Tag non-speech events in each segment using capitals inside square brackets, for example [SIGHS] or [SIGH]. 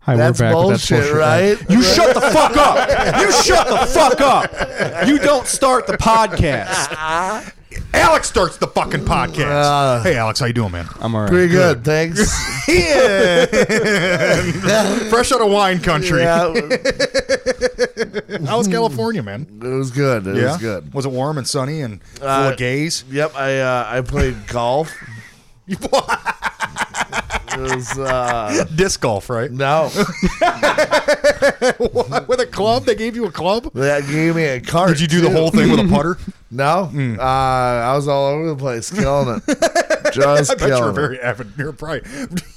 Hi, That's we're back with that bullshit, bullshit. right? You shut the fuck up. You shut the fuck up. You don't start the podcast. Alex starts the fucking podcast. Uh. hey, Alex, how you doing, man? I'm all right. Pretty good, [LAUGHS] thanks. Fresh out of wine country. [LAUGHS] yeah, it How was California, man? was good. It was good. Was it warm and sunny and full Uh, of gays? Yep, I uh, I played [LAUGHS] golf. it was uh, Disc golf, right? [LAUGHS] no. With a club? They gave you a club? That gave me a cart. Did you do the too. whole thing Hmm. with a [LAUGHS] putter? No, uh, I was all over the place, killing [LAUGHS] it. Just I bet you killing were it. very avid. You're probably,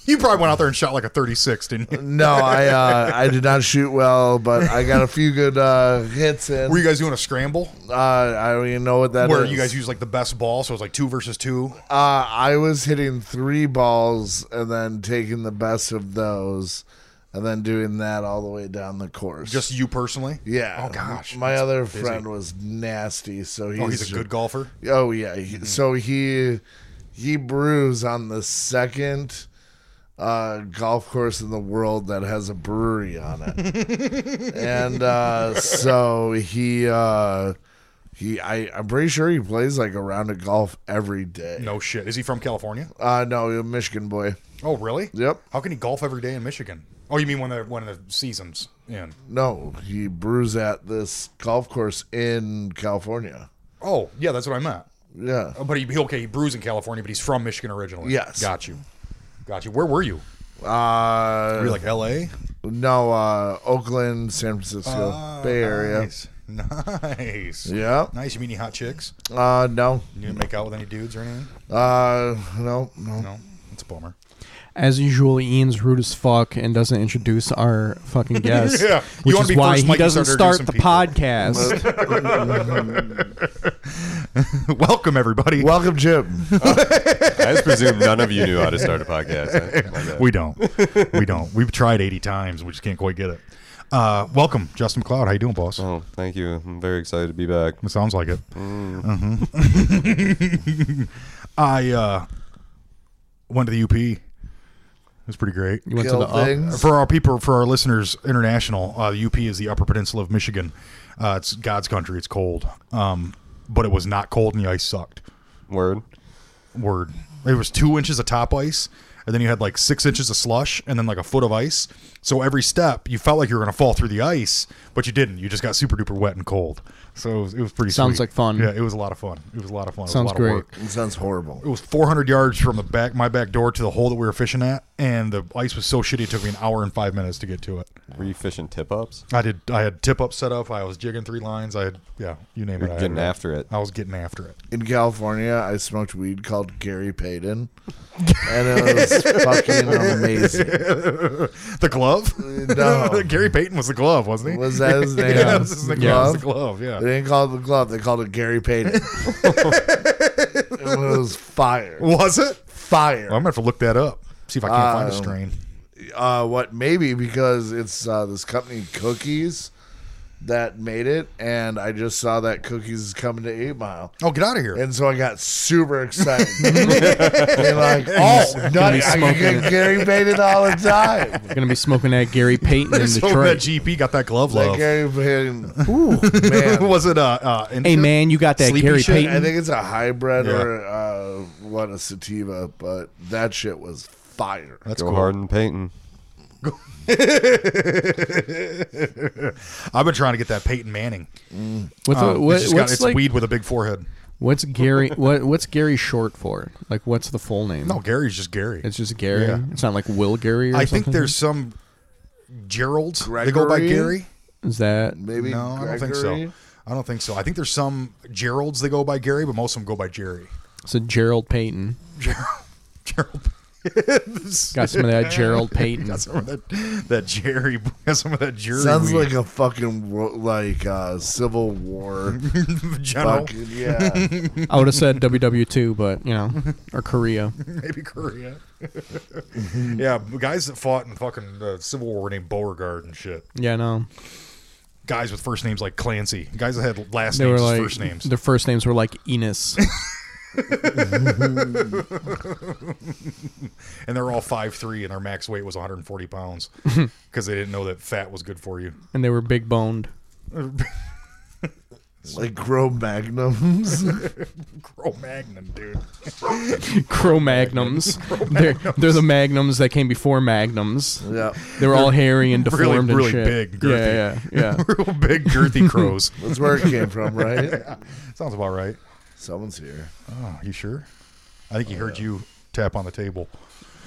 you probably went out there and shot like a 36, [LAUGHS] didn't you? No, I uh, I did not shoot well, but I got a few good uh, hits in. Were you guys doing a scramble uh, I don't even know what that is. where you guys use like the best ball? So it was like two versus two. Uh, I was hitting three balls and then taking the best of those, and then doing that all the way down the course. Just you personally? yeah. Oh, gosh. my That's other busy. friend was nasty, so he's, Oh, he's a good Mm-hmm. golfer. Oh yeah. He- So he he brews on the second uh, golf course in the world that has a brewery on it, [LAUGHS] and uh, so he uh, he I I'm pretty sure he plays like a round of golf every day. No shit. Is he from California? Uh, no, he's a Michigan boy. Oh, really? Yep. How can he golf every day in Michigan? Oh, you mean when the when the seasons in? No, he brews at this golf course in California. Oh, yeah, that's what I meant. Yeah. Oh, But he he- okay, he brews in California, but he's from Michigan originally. Yes. got you, got you. Where were you? Uh, Were you like L.A. no, uh, Oakland, San Francisco, Uh, Bay Area. Ah, Nice, [LAUGHS] nice. Yeah. nice. You meet any hot chicks? Uh, no, You didn't make out with any dudes or anything? Uh, no, no. No, that's a [LAUGHS] bummer. [LAUGHS] As usual, Ian's rude as fuck and doesn't introduce our [LAUGHS] fucking guest. Yeah. Which You wanna is be why first, he Mike, you doesn't start start introducing the people. podcast. Welcome everybody. Welcome, Jim. I just presume none of you knew how to start a podcast. [LAUGHS] I- my bad. we don't, we don't. We've tried eighty times, and we just can't quite get it. Uh, welcome, Justin McLeod. How you doing, boss? Oh, thank you. I'm very excited to be back. It sounds like it. Mhm. [LAUGHS] I uh, went to the UP. It was pretty great. Uh, You went to Kill the up- things. For our people, for our listeners, international, uh, the UP is the Upper Peninsula of Michigan. Uh, it's God's country. It's cold, um, but it was not cold, and the ice sucked. Word. Word. There was two inches of top ice, and then you had like six inches of slush, and then like a foot of ice. So every step, you felt like you were going to fall through the ice, but you didn't. You just got super duper wet and cold. So it was, it was pretty. Sounds sweet. like fun. Yeah, it was a lot of fun. It was a lot of fun. It was a Sounds lot of great. work. It sounds It horrible. was 400 yards from the back my back door to the hole that we were fishing at, and the ice was so shitty it took me an hour and five minutes to get to it. Were you fishing tip ups? I did. I had tip up set up. I was jigging three lines. I had yeah, you name You're it. I had getting it. after it. I was getting after it. [LAUGHS] In California, I smoked weed called Gary Payton, and it was fucking amazing. The glove. [LAUGHS] No. [LAUGHS] Gary Payton was the glove, wasn't he? [LAUGHS] Was that his name? yeah, that was his nickname, Yeah. was the glove. Yeah. They didn't call it the glove; they called it Gary Payton. it was fire, Was it? fire. Well, I'm gonna have to look that up. See if I can't find a Um, strain. uh, what maybe because it's uh, this company Cookies that made it, and I just saw that Cookies is coming to Eight Mile. Oh, get out of here! And so I got super excited. and like, oh, no, I be can smoking get it. Gary Payton all the time. Gonna be smoking that [LAUGHS] Gary Payton in [LAUGHS] So that Detroit. GP got that glove Like love. Gary Payton, ooh, man. [LAUGHS] was it? Uh, uh, hey Indian? man, you got that Sleepy Gary shit, I Payton? think it's a hybrid Yeah. or uh, what a sativa, but that shit was fire. That's Go cool. hard and painting. I've been trying to get that Peyton Manning. What's, Uh, what- it's just got- what's it's like? weed with a big forehead. What's [LAUGHS] Gary? What, what's Gary short for? Like, what's the full name? No, Gary's just Gary. it's just Gary. Yeah. It's not like Will Gary. Or I something? think there's some Gerald. They go by Gregory? Gary. is that Maybe No, I don't think Gregory? so. I don't think so. I think there's some Geralds that go by Gary, but most of them go by Jerry. so Gerald Payton Gerald. Gerald. [LAUGHS] got some of that Gerald Payton. Got [LAUGHS] some of that, that Jerry. Got some of that Jerry. Sounds weed. like a fucking wo- like uh, Civil [LAUGHS] War. general. fucking, yeah, [LAUGHS] I would have said WW2, but you know, or [LAUGHS] Korea. [LAUGHS] Maybe Korea. yeah, guys that fought in fucking the Civil War were named Beauregard and shit. Yeah, no, Guys with first names like Clancy. Guys that had last they names were as like first names. [LAUGHS] Their first names were like Enos. and they're all five three, and their max weight was [LAUGHS] 140 pounds because they didn't know that fat was good for you. and they were big boned. Like grow magnums. Grow Magnum, dude. Cro [LAUGHS] Magnums. They're, they're the Magnums that came before Magnums. [LAUGHS] yeah. They were all hairy and Really, deformed really and shit. big, yeah, girthy. yeah, yeah. [LAUGHS] [LAUGHS] Real big, [LAUGHS] girthy crows. That's where it came from, [LAUGHS] right? Sounds about right. Someone's here. Oh, you sure? I think he heard you tap on the table.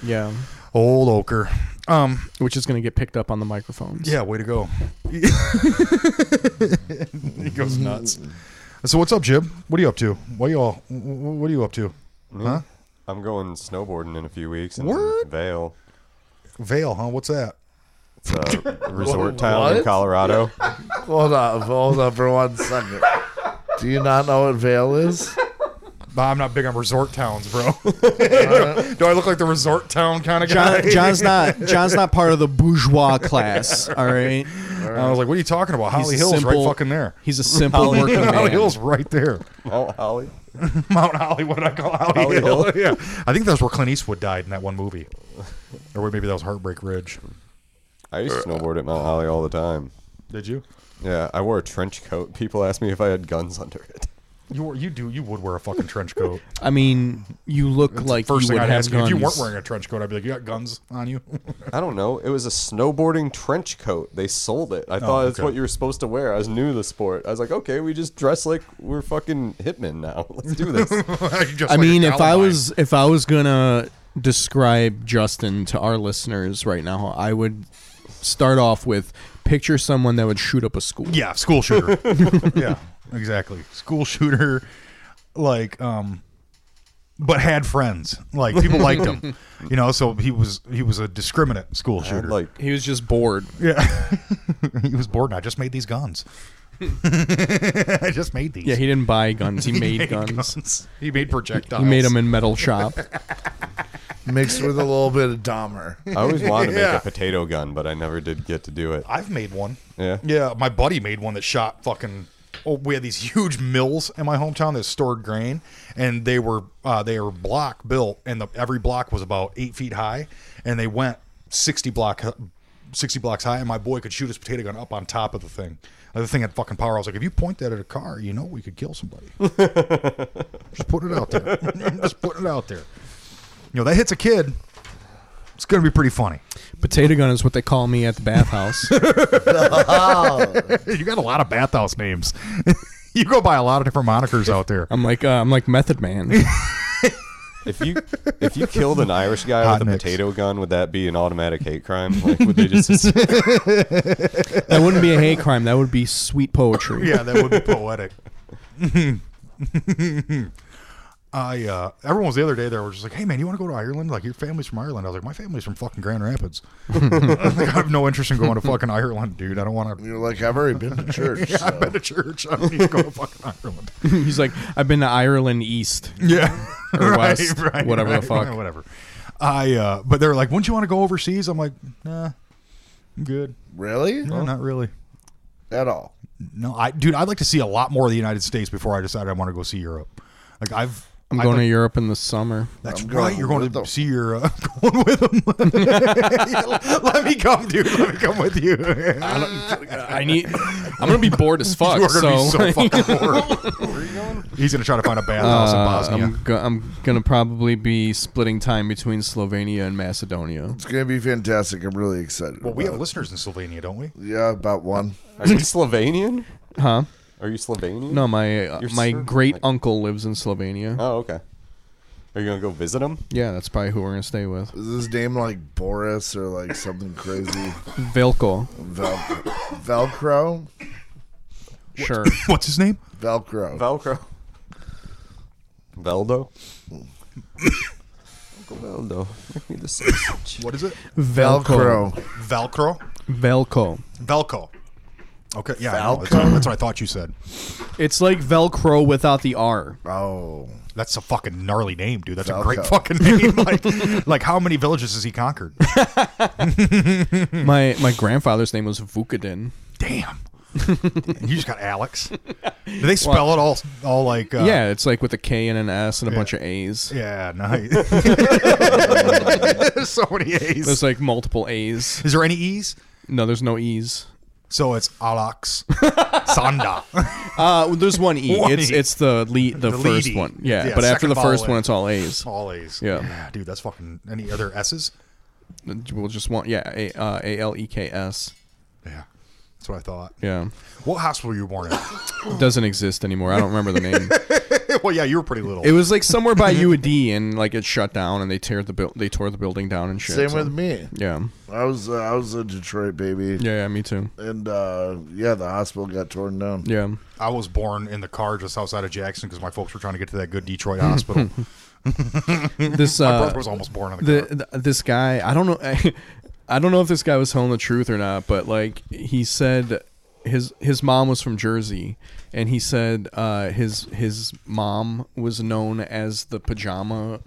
yeah. Old Oker. Um, Which is going to get picked up on the microphones. yeah, way to go. [LAUGHS] he goes nuts. So what's up, Jib? What are you up to? What are you all? wh- wh- What are you up to? Huh? I'm going snowboarding in a few weeks in What? Vail. Vale, huh? What's that? It's a resort town in What? [LAUGHS] Colorado. Hold up, hold up for one second. Do you not know what Vale is? Nah, I'm not big on resort towns, [LAUGHS] bro. Do I look like the resort town kind of [LAUGHS] guy? John, John's not. John's not part of the bourgeois [LAUGHS] class. All right. I was like, what are you talking about? Holly a Hill's simple- right fucking there. He's a simple [LAUGHS] working Holly man. Hill's right there. [LAUGHS] Mount Holly. Mount Holly, what did I call Holly, Holly Hill? Hill. [LAUGHS] yeah. I think that's where Clint Eastwood died in that one movie. Or maybe that was Heartbreak Ridge. I used to snowboard at Mount Holly all the time. Did you? Yeah, I wore a trench coat. People asked me if I had guns [LAUGHS] under it. You were, you do you would wear a fucking trench coat. I mean, you look [LAUGHS] like First you thing would I'd have ask you, guns. if you weren't wearing a trench coat, I'd be like, you got guns on you? [LAUGHS] I don't know. It was a snowboarding trench coat. They sold it. I thought that's Oh, okay. what you were supposed to wear. I was new to the sport. I was like, okay, we just dress like we're fucking hitmen now. [LAUGHS] Let's [LAUGHS] do this. Just I like mean, a if I Columbine. was if I was gonna describe Justin to our listeners right now, I would start off with picture someone that would shoot up a school. Yeah, school shooter. [LAUGHS] yeah, exactly. School shooter, like, um, but had friends. Like people [LAUGHS] liked him, you know. So he was he was a discriminant school I had, shooter. like He was just bored. yeah, [LAUGHS] he was bored. and I just made [LAUGHS] these guns. [LAUGHS] I just made these. Yeah, he didn't buy guns. [LAUGHS] [LAUGHS] He, made, guns. He made projectiles. He made them in metal [LAUGHS] shop. Mixed with a little bit of [LAUGHS] Dahmer. I always wanted to make Yeah. a potato gun, but I never did get to do it. I've made one. Yeah. Yeah, my buddy made one that shot fucking. Oh, we had these huge mills in my hometown that stored grain, and they were uh, they were block built, and the, every block was about eight feet high, and they went sixty block sixty blocks high, and my boy could shoot his potato gun up on top of the thing. Uh, The thing had fucking power. I was like, if you point that at a car, you know we could kill somebody. Just put it out there. [LAUGHS] Just put it out there. You know that hits a kid. It's gonna be pretty funny. Potato gun is what they call me at the bathhouse. Oh. [LAUGHS] you got a lot of bathhouse names. [LAUGHS] you go by a lot of different monikers out there. I'm like uh, I'm like Method [LAUGHS] Man. If you if you killed an Irish guy Hot with a mix. potato gun, would that be an automatic hate crime? Like, would they [LAUGHS] just? That wouldn't be a hate crime. That would be sweet poetry. [LAUGHS] Yeah, that would be poetic. [LAUGHS] I uh, everyone was the other day there was just like, "Hey man, you want to go to Ireland? Like your family's from Ireland." I was like, "My family's from fucking Grand Rapids. [LAUGHS] Like, I have no interest in going to fucking Ireland, dude. I don't want [LAUGHS] to. You're like, I've already been to [LAUGHS] church. so. [LAUGHS] I've been to church. I don't need to go to fucking Ireland." [LAUGHS] He's like, I've been to Ireland East. [LAUGHS] Yeah. Or West, whatever the fuck. [LAUGHS] Whatever. I uh but they're like, Wouldn't you want to go overseas? I'm like, nah. I'm good. Really? No, not really. At all. No, I dude, I'd like to see a lot more of the United States before I decide I want to go see Europe. Like I've I'm I'd going like- to Europe in the summer. [LAUGHS] That's I'm going right. You're going with to them. see your. Uh, [LAUGHS] going with them. [LAUGHS] Let me come, dude. Let me come with you. [LAUGHS] I need. I'm gonna be bored [LAUGHS] as fuck. you are going to so be [LAUGHS] so fucking bored. He's going to try to find a bathhouse Uh, in Bosnia. I'm, go- I'm gonna probably be splitting time between Slovenia and Macedonia. It's going to be fantastic. I'm really excited. Well, we have uh, about listeners in Slovenia, don't we? it. Yeah, about one. Are you Slovenian? Huh? Are you Slovenian? No, my uh, You're my Serbian, great like- uncle lives in Slovenia. Oh, okay. Are you gonna go visit him? Yeah, that's probably who we're gonna stay with. Is his name like Boris or like something crazy? Velko. Vel- Velcro? Sure. What's his name? Velcro. Velcro. Veldo. Uncle Veldo, make me the sausage. What is it? Velcro. Velcro. Velko. Velco. Okay. Yeah. I know. That's, what, that's what I thought you said. It's like Velcro without the R. Oh. That's a fucking gnarly name, dude. That's a great Velco. fucking name. [LAUGHS] Like, like how many villages has he conquered? My my grandfather's name was Vukadin. [LAUGHS] Damn. you just got Alex. Do they spell it all all like uh, yeah, it's like with a K and an S and a Yeah. bunch of A's. Yeah, [LAUGHS] nice. There's [LAUGHS] so many A's. There's like multiple A's. Is there any E's? No, there's no E's. So it's Alex Sanda. [LAUGHS] Uh, well, there's one E. One it's E. it's the lead the, The first leady. one. Yeah, Yeah, but after second the first follow-up. one, it's all A's. all A's. Yeah. dude, that's fucking. Any other S's? We'll just want yeah A uh, A L E K S. Yeah, that's what I thought. Yeah, What hospital were you [LAUGHS] born in? it doesn't exist anymore. I don't remember the name. well, yeah, you were pretty little. it was like somewhere by U of D, and like it shut down, and they tear the buil- they tore the building down and shit. Same so- with me. yeah, I was uh, I was a Detroit baby, yeah, yeah. Me too. and uh, yeah, the hospital got torn down. [LAUGHS] Yeah, I was born in the car just outside of Jackson because my folks were trying to get to that good [LAUGHS] Detroit hospital. this my uh, brother was almost born in the, car. the, th this guy i don't know [LAUGHS] I, don't know if this guy was telling the truth or not but like he said his his mom was from jersey and he said uh his his mom was known as the pajama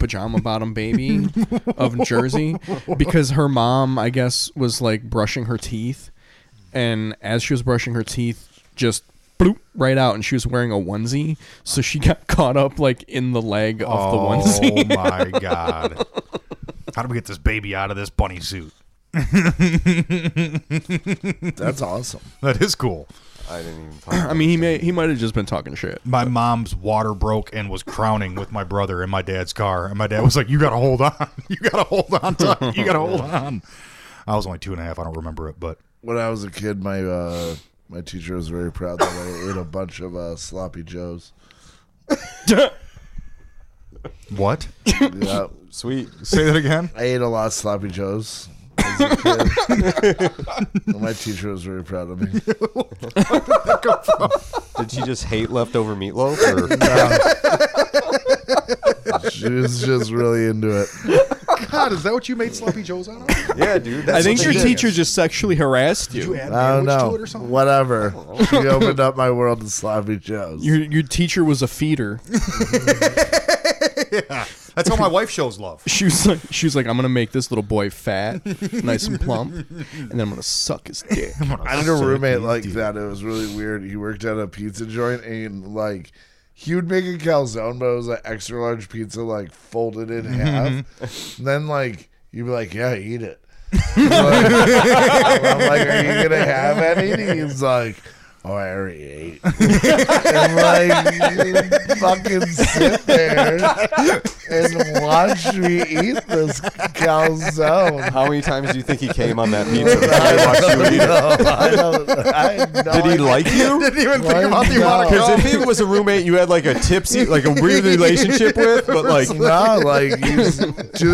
pajama bottom baby of jersey because her mom i guess was like brushing her teeth and as she was brushing her teeth just bloop right out and she was wearing a onesie so she got [LAUGHS] caught up like in the leg of the onesie Oh my god! How do we get this baby out of this bunny suit? That's awesome. That is cool. I didn't even. Talk about I mean, he may he might have just been talking shit. my mom's water broke and was crowning with my brother in my dad's car. And my dad was like, You got to hold on. [LAUGHS] You got to hold on. Tuck. You got to hold on. I was only two and a half. I don't remember it, but When I was a kid, my uh, my teacher was very proud that I ate a bunch of uh, sloppy joes. what? Yeah, it. Sweet. Say that again. I ate a lot of sloppy joes. as [LAUGHS] a kid. And my teacher was very proud of me. Did she just hate leftover meatloaf? Or? She was just really into it. God, is that what you made Sloppy Joe's out of? [LAUGHS] yeah, dude. That's I think what your they did. teacher just sexually harassed you. Did you add I don't sandwich know. to it or something? Whatever. [LAUGHS] She opened up my world to sloppy joes. your your teacher was a feeder. That's how my wife shows love. She was like, she was like, I'm gonna make this little boy fat, nice and plump, and then I'm gonna suck his dick. I had a roommate like that. It was really weird. He worked at a pizza joint and like he would make a calzone, but it was an extra large pizza, like folded in half. And then like you'd be like, "Yeah, eat it." And I'm like, "Are you gonna have any?" And he's like. Oh, I already ate. and like, you fucking sit there and watch me eat this calzone. How many times do you think he came on that pizza? before [LAUGHS] he watched you eat [LAUGHS] it? I don't, Oh, I had no Did he idea. like you? Didn't even Why think about not? the amount of Because if he was a roommate you had like a tipsy, like a weird relationship with, but like no, like you, s- to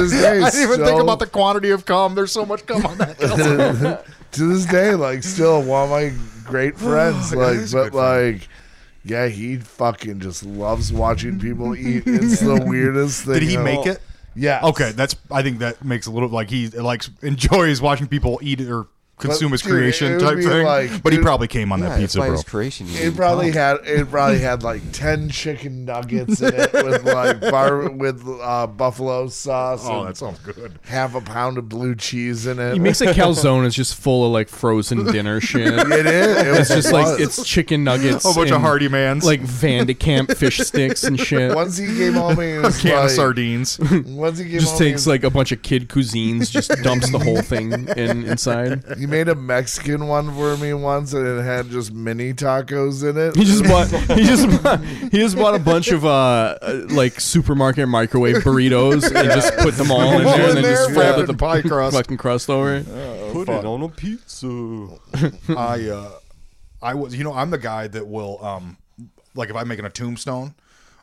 this day, [LAUGHS] I didn't even still, think about the quantity of cum. There's so much cum on that. [LAUGHS] to this day, like still one of my [SIGHS] great friends, like is a but good friend. like. Yeah, he fucking just loves watching people eat. It's [LAUGHS] the weirdest thing. Did he in the make whole- it? Yeah. Okay, that's. I think that makes a little like he likes enjoys watching people eat or consume But, his dude, it creation would type be thing. like- but he dude- probably came on that pizza, bro. creation. Oh, you It probably Oh. had it probably had like ten chicken nuggets in it with like bar with uh, buffalo sauce. Oh, and that sounds good. half a pound of blue cheese in it. He makes a calzone. It's just full of like frozen dinner shit. it is. It was It's just like it's chicken nuggets, A bunch of and, Hardy Mans, like Van de Camp fish sticks and shit. once he came home, he a was [LAUGHS] can like, of [LAUGHS] sardines. Once he came Just home, takes he, like a bunch of kid cuisines, [LAUGHS] just dumps the whole thing in inside. he made a Mexican one for me once, and it had just mini tacos in it. He just bought. He just bought, he just bought a bunch of uh, uh, like supermarket microwave burritos and just put them all in All there and in then there, just wrapped flapped in the pie crust. fucking crust over it. put it on a pizza. I uh, I was you know I'm the guy that will um like if I'm making a tombstone,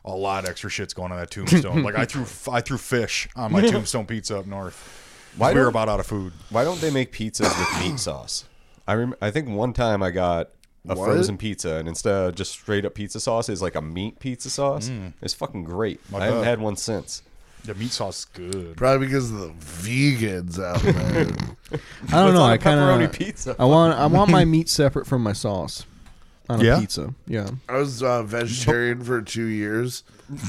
a lot of extra shit's going on that tombstone. like I [LAUGHS] threw I threw fish on my tombstone pizza up north. Why we were don't- about out of food. Why don't they make pizzas with meat sauce? I rem- I think one time I got a What? frozen pizza, and instead of just straight up pizza sauce, is like a meat pizza sauce. Mm. It's fucking great. I haven't God. had one since. The meat sauce is [LAUGHS] good. Probably because of the vegans out there. I don't What's know. on a I kind pepperoni of. pizza? I want. I want [LAUGHS] my meat separate from my sauce on a Yeah? pizza. Yeah. I was uh, vegetarian for two years,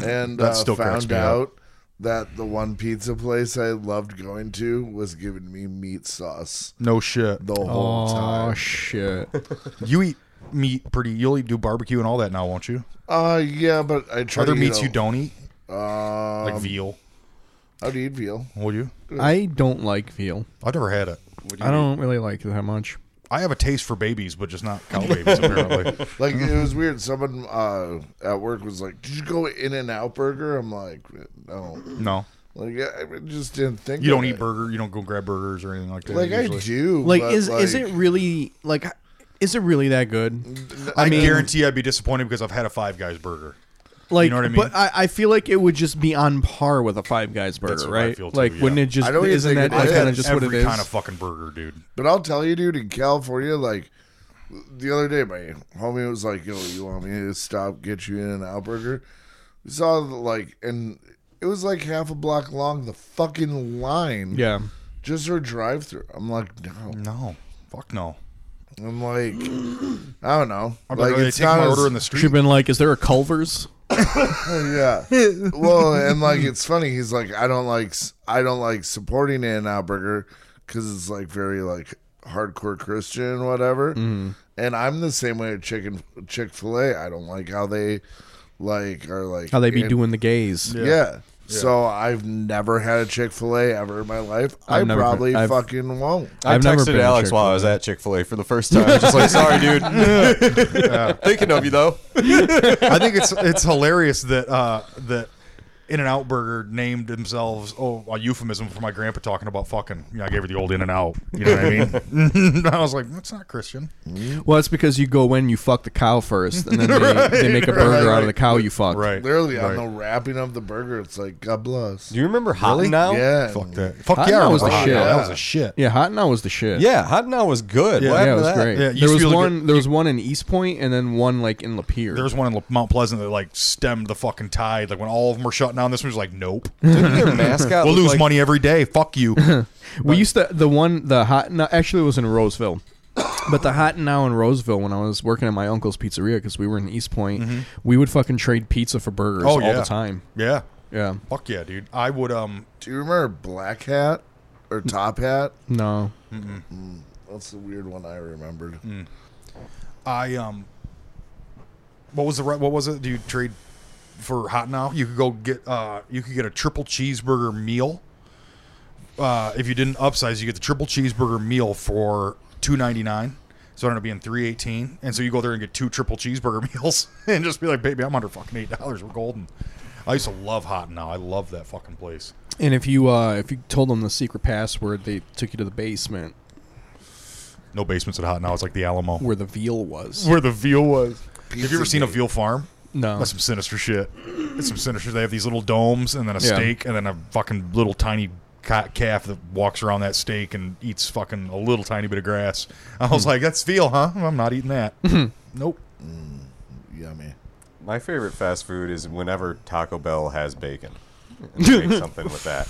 and That uh, still cracks found me up. out that the one pizza place I loved going to was giving me meat sauce No shit. the whole Oh time. shit! [LAUGHS] You eat meat pretty. You'll eat do barbecue and all that now, won't you? Uh, yeah, but I try Other to eat meats a- you don't eat, Uh, like veal. I'd eat veal. Will you? I don't like veal. I've never had it. I don't really like it that much. I have a taste for babies, but just not cow babies. Apparently, Like it Mm-hmm. was weird. Someone uh, at work was like, "Did you go In and Out Burger?" I'm like, "No." no. Like I I just didn't think You don't of eat it. burger. You don't go grab burgers or anything like that. Like usually. I do. Like, but, is like, is it really like? Is it really that good? I, mean- guarantee I'd be disappointed because I've had a Five Guys burger. Like, know what I mean? but I, I feel like it would just be on par with a Five Guys burger, what I right? feel too, like, wouldn't yeah. it just? I don't even isn't think that it like, is. kind of just Every what it is? kind of fucking burger, dude. But I'll tell you, dude, in California, like the other day, my homie was like, "Yo, you want me to stop get you in an out burger?" We saw like, and it was like half a block long. The fucking line, yeah, just for drive through. I'm like, no. No, fuck no. I'm like, I don't know. I'm like, they it's take not my as- order in the she street. been like, is there a Culver's? [LAUGHS] yeah. Well, and like it's funny. He's like, I don't like, I don't like supporting In and Out Burger because it's like very like hardcore Christian, whatever. Mm-hmm. And I'm the same way at chicken Chick Fil A. I don't like how they like are like How they be in- doing the gays? Yeah. So I've never had a Chick Fil A ever in my life. I've i never probably been- I've- fucking won't. I I've texted never been to Alex while I was at Chick Fil A for the first time. Just like, sorry, [LAUGHS] dude. Thinking of you though. I think it's it's hilarious that uh, that In and Out Burger named themselves oh a euphemism for my grandpa talking about fucking. You know, I gave her the old In and Out. You know what I mean? [LAUGHS] I was like, that's not Christian. Well, that's because you go in, you fuck the cow first, and then they, [LAUGHS] they make a burger out of the cow you fucked. Right. Literally right. on the wrapping of the burger, it's like God bless. Do you remember Hot Now? Yeah. Fuck that. Fuck I yeah, know I it was remember the Hot shit. Dog. Yeah. That was a shit. Yeah, hot now was the shit. Yeah, Hot Now was good. What yeah, it happened was to that? great. Yeah, it used there to was be like a- one. There was one in East Point, and then one like in Lapeer. There was one in La- Mount Pleasant that like stemmed the fucking tide. Like when all of them were shutting down, this one was like, nope. Didn't [LAUGHS] their mascot we'll look lose like- money every day. Fuck you. we used to the one the hot. No, actually, it was in Roseville. But the hot now in Roseville, when I was working at my uncle's pizzeria, because we were in East Point, we would fucking trade pizza for burgers all the time. Mm-hmm. Oh, Yeah. Yeah, Fuck yeah, dude. I would um Do you remember Black Hat or Top Hat? no, That's the weird one I remembered. Hmm. I um what was the right what was it? Do you trade for hot now? You could go get uh you could get a triple cheeseburger meal. Uh if you didn't upsize, you get the triple cheeseburger meal for two ninety nine. So it ended up being three eighteen. And so you go there and get two triple cheeseburger [LAUGHS] meals and just be like, baby, I'm under fucking eight dollars. We're golden. I used to love hot now. I love that fucking place. and if you uh if you told them the secret password, they took you to the basement No basements at hot now, it's like the Alamo. where the veal was. where the veal was. Have you ever Pizza seen a veal farm? No. That's some sinister shit. It's some sinister. They have these little domes and then a Yeah. steak and then a fucking little tiny ca- calf that walks around that steak and eats fucking a little tiny bit of grass. I was Hmm. like, that's veal, huh? I'm not [LAUGHS] eating that. nope. [LAUGHS] Yummy. My favorite fast food is whenever Taco Bell has bacon. And they [LAUGHS] make something with that.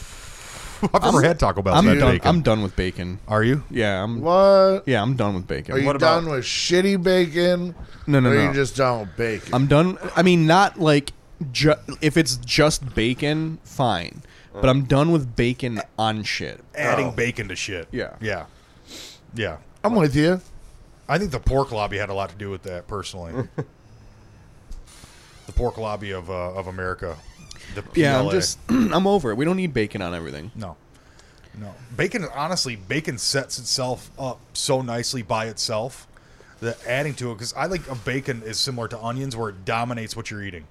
I've never had Taco Bell. I'm that done. bacon. I'm done with bacon. Are you? Yeah, I'm. What? Yeah, I'm done with bacon. Are you What about- done with shitty bacon? No, no, or Are no. you just done with bacon? I'm done. I mean, not like ju- if it's just bacon, fine. But I'm done with bacon on shit. Adding bacon to shit. Yeah. Yeah. Yeah. I'm with you. I think the pork lobby had a lot to do with [LAUGHS] that personally. the pork lobby of uh, of America. The Yeah, I'm PLA. just [CLEARS THROAT] I'm over it. We don't need bacon on everything. No. No. Bacon, honestly, bacon sets itself up so nicely by itself that adding to it, because I think a bacon is similar to onions where it dominates what you're eating.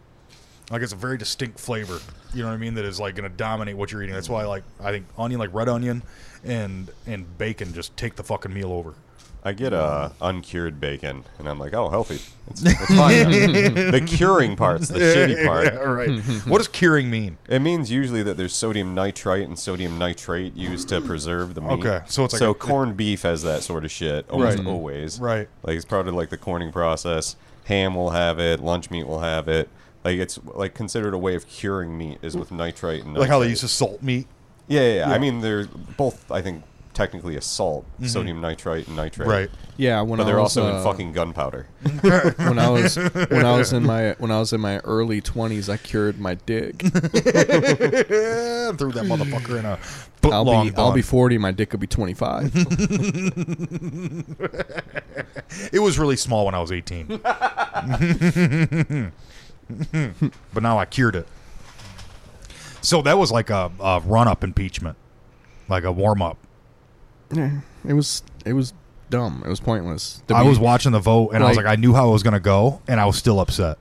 Like it's a very distinct flavor. You know what I mean? That is like going to dominate what you're eating. That's why, like, I think onion, like red onion, and and bacon just take the fucking meal over. I get uh, uncured bacon, and I'm like, oh, healthy. It's, it's [LAUGHS] fine. now. the curing part's the shitty [LAUGHS] Yeah, part. right. what does curing mean? It means usually that there's sodium nitrite and sodium nitrate used to preserve the meat. Okay, so it's like so a- Mm-hmm. corned beef has that sort of shit almost always. Right. Like it's part of like the corning process. Ham will have it. Lunch meat will have it. Like it's like considered a way of curing meat is with nitrite and Like how they nitrate. used to salt meat. Yeah, yeah, yeah. I mean, they're both. I think technically a salt, sodium nitrite and nitrate. Mm-hmm. Right. Yeah, when But I they're was, also in uh, [LAUGHS] fucking gunpowder. when I was when I was in my when I was in my early twenties, I cured my [LAUGHS] dick. Yeah, threw Eh, that motherfucker in a foot I'll long be I'll be bun. forty. My dick will be twenty [LAUGHS] five. It was really small when I was [LAUGHS] 18. but now I cured it. So that was like a, a run up impeachment, like a warm up. yeah, it was it was dumb. It was pointless. To I be- was watching the vote and I was like- like, I knew how it was going to go, and I was still upset.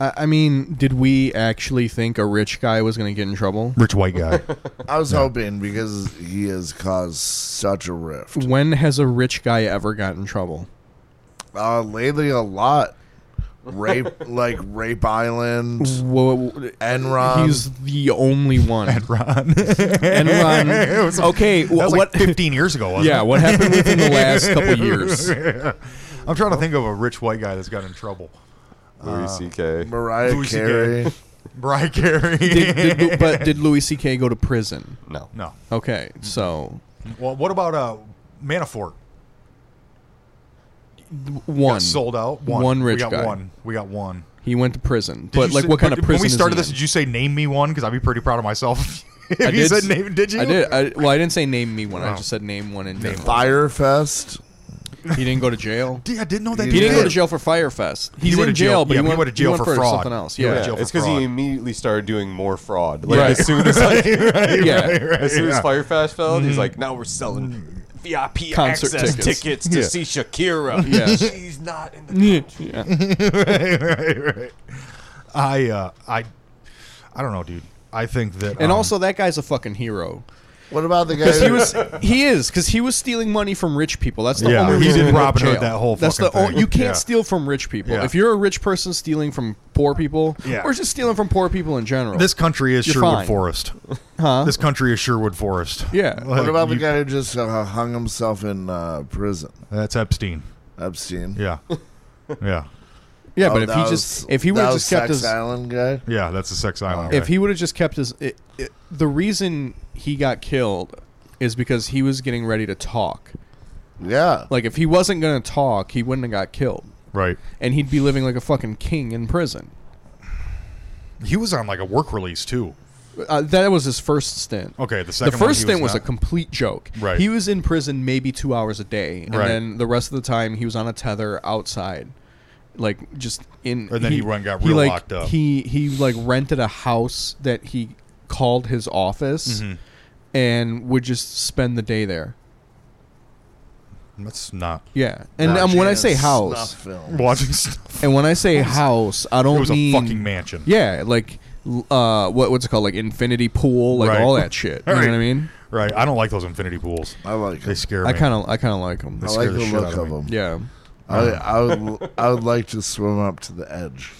I, I mean, did we actually think a rich guy was going to get in trouble? Rich [LAUGHS] white guy. I was hoping because he has caused such a rift. When has a rich guy ever got in trouble? Uh, lately, a lot. Rape, [LAUGHS] like Rape Island, Wha- Um, Enron. He's the only one. Ron. [LAUGHS] Enron. okay, That wh- was like Oh, what? 15 years ago, wasn't yeah, it? what happened within the [LAUGHS] last couple years? I'm trying to think of a rich white guy that's got in trouble. Uh, Louis C.K. Mariah Lucy Carey. Brian Carey. Did, did, Lu- but did Louis C.K. go to prison? No. [LAUGHS] no. Okay, so Well, what about uh, Manafort? one Got sold out. One, One rich we got guy. One. We got one. He went to prison, Did but you like, say- what kind but of prison? When we is started he this, in? [LAUGHS] did you say name me one? Because I'd be pretty proud of myself. [LAUGHS] if I you did said s- name, did you? I did. I, well, I didn't say name me one. I Wow. just said name one in general. Firefest. He didn't go to jail. Dude, I didn't know that. He didn't did. go [LAUGHS] to jail for Firefest. He's went in to jail- jail, but yeah, he he went, went to jail he for fraud. something else. He went Yeah, to jail Yeah, it's for because fraud. he immediately started doing more fraud. Like Right. as soon [LAUGHS] as like, yeah. [LAUGHS] as soon as Firefest fell, he's like, now we're selling VIP Concert access tickets. tickets, to Yeah. see Shakira. Yeah. she's not in the. Yeah. [LAUGHS] right, right. I, uh, I, I don't know, dude. I think that, [LAUGHS] And um, also, that guy's a fucking hero. What about the guy? He who- was, he is, because he was stealing money from rich people. That's the Yeah, only he reason did he went to Robin Hood jail. that whole That's the fucking o- thing. you can't Yeah. steal from rich people. Yeah. If you're a rich person stealing from poor people, Yeah. or just stealing from poor people in general, this country is You're Sherwood fine. Forest. [LAUGHS] huh? This country is Sherwood Forest. Yeah. What What about you- the guy who just uh, hung himself in uh, prison? That's Epstein. Epstein. Yeah. yeah. yeah, Oh, but if that he was- just if he would that have was just kept Sex his Island guy. Yeah. That's a sex island. if guy. he would have just kept his it, it, the reason he got killed is because he was getting ready to talk. Yeah. Like if he wasn't going to talk, he wouldn't have got killed, right. and he'd be living like a fucking king in prison. He was on like a work release too. Uh, that was his first stint. Okay, the second The one, first he stint was, not- a complete joke. Right. He was in prison maybe two hours a day, and Right. then the rest of the time he was on a tether outside, like just in. And then he run- got he, real like, locked up. He he like rented a house that he called his office, Mm-hmm. and would just spend the day there. That's not [LAUGHS] Yeah, and um, when I say house, watching stuff. and when I say house, I don't It was a mean fucking mansion. Yeah, like l- uh, what what's it called? Like infinity pool, like Right. all that shit. You know what I Right. mean? Right. I don't like those infinity pools. I like They him. scare me. I kind of I kind of like them. I scare like the the shit look out of of me. him. Yeah. I, I would I would like to swim up to the edge.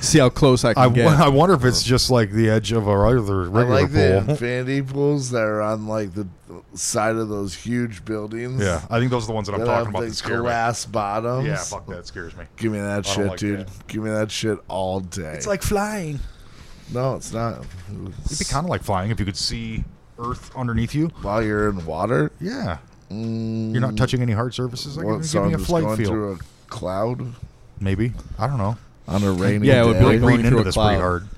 See how close I can I, get. wo- [LAUGHS] I wonder if it's just like the edge of our other I regular like the pool. infinity pools that are on like the side of those huge buildings. yeah, I think those are the ones that I'm that talking have about that like scare me. glass bottoms. Yeah, fuck that scares me. Give me that don't shit, like dude. that. Give me that shit all day. It's like flying. no, it's not. It'd be kind of like flying if you could see Earth underneath you. while you're in water. Yeah. You're Mm. not touching any hard surfaces. Like What, you're so giving I'm a just flight going feel. through a cloud Maybe. I don't know. on a rainy Yeah, it day. would be Really like going reading through into a this pretty cloud. hard.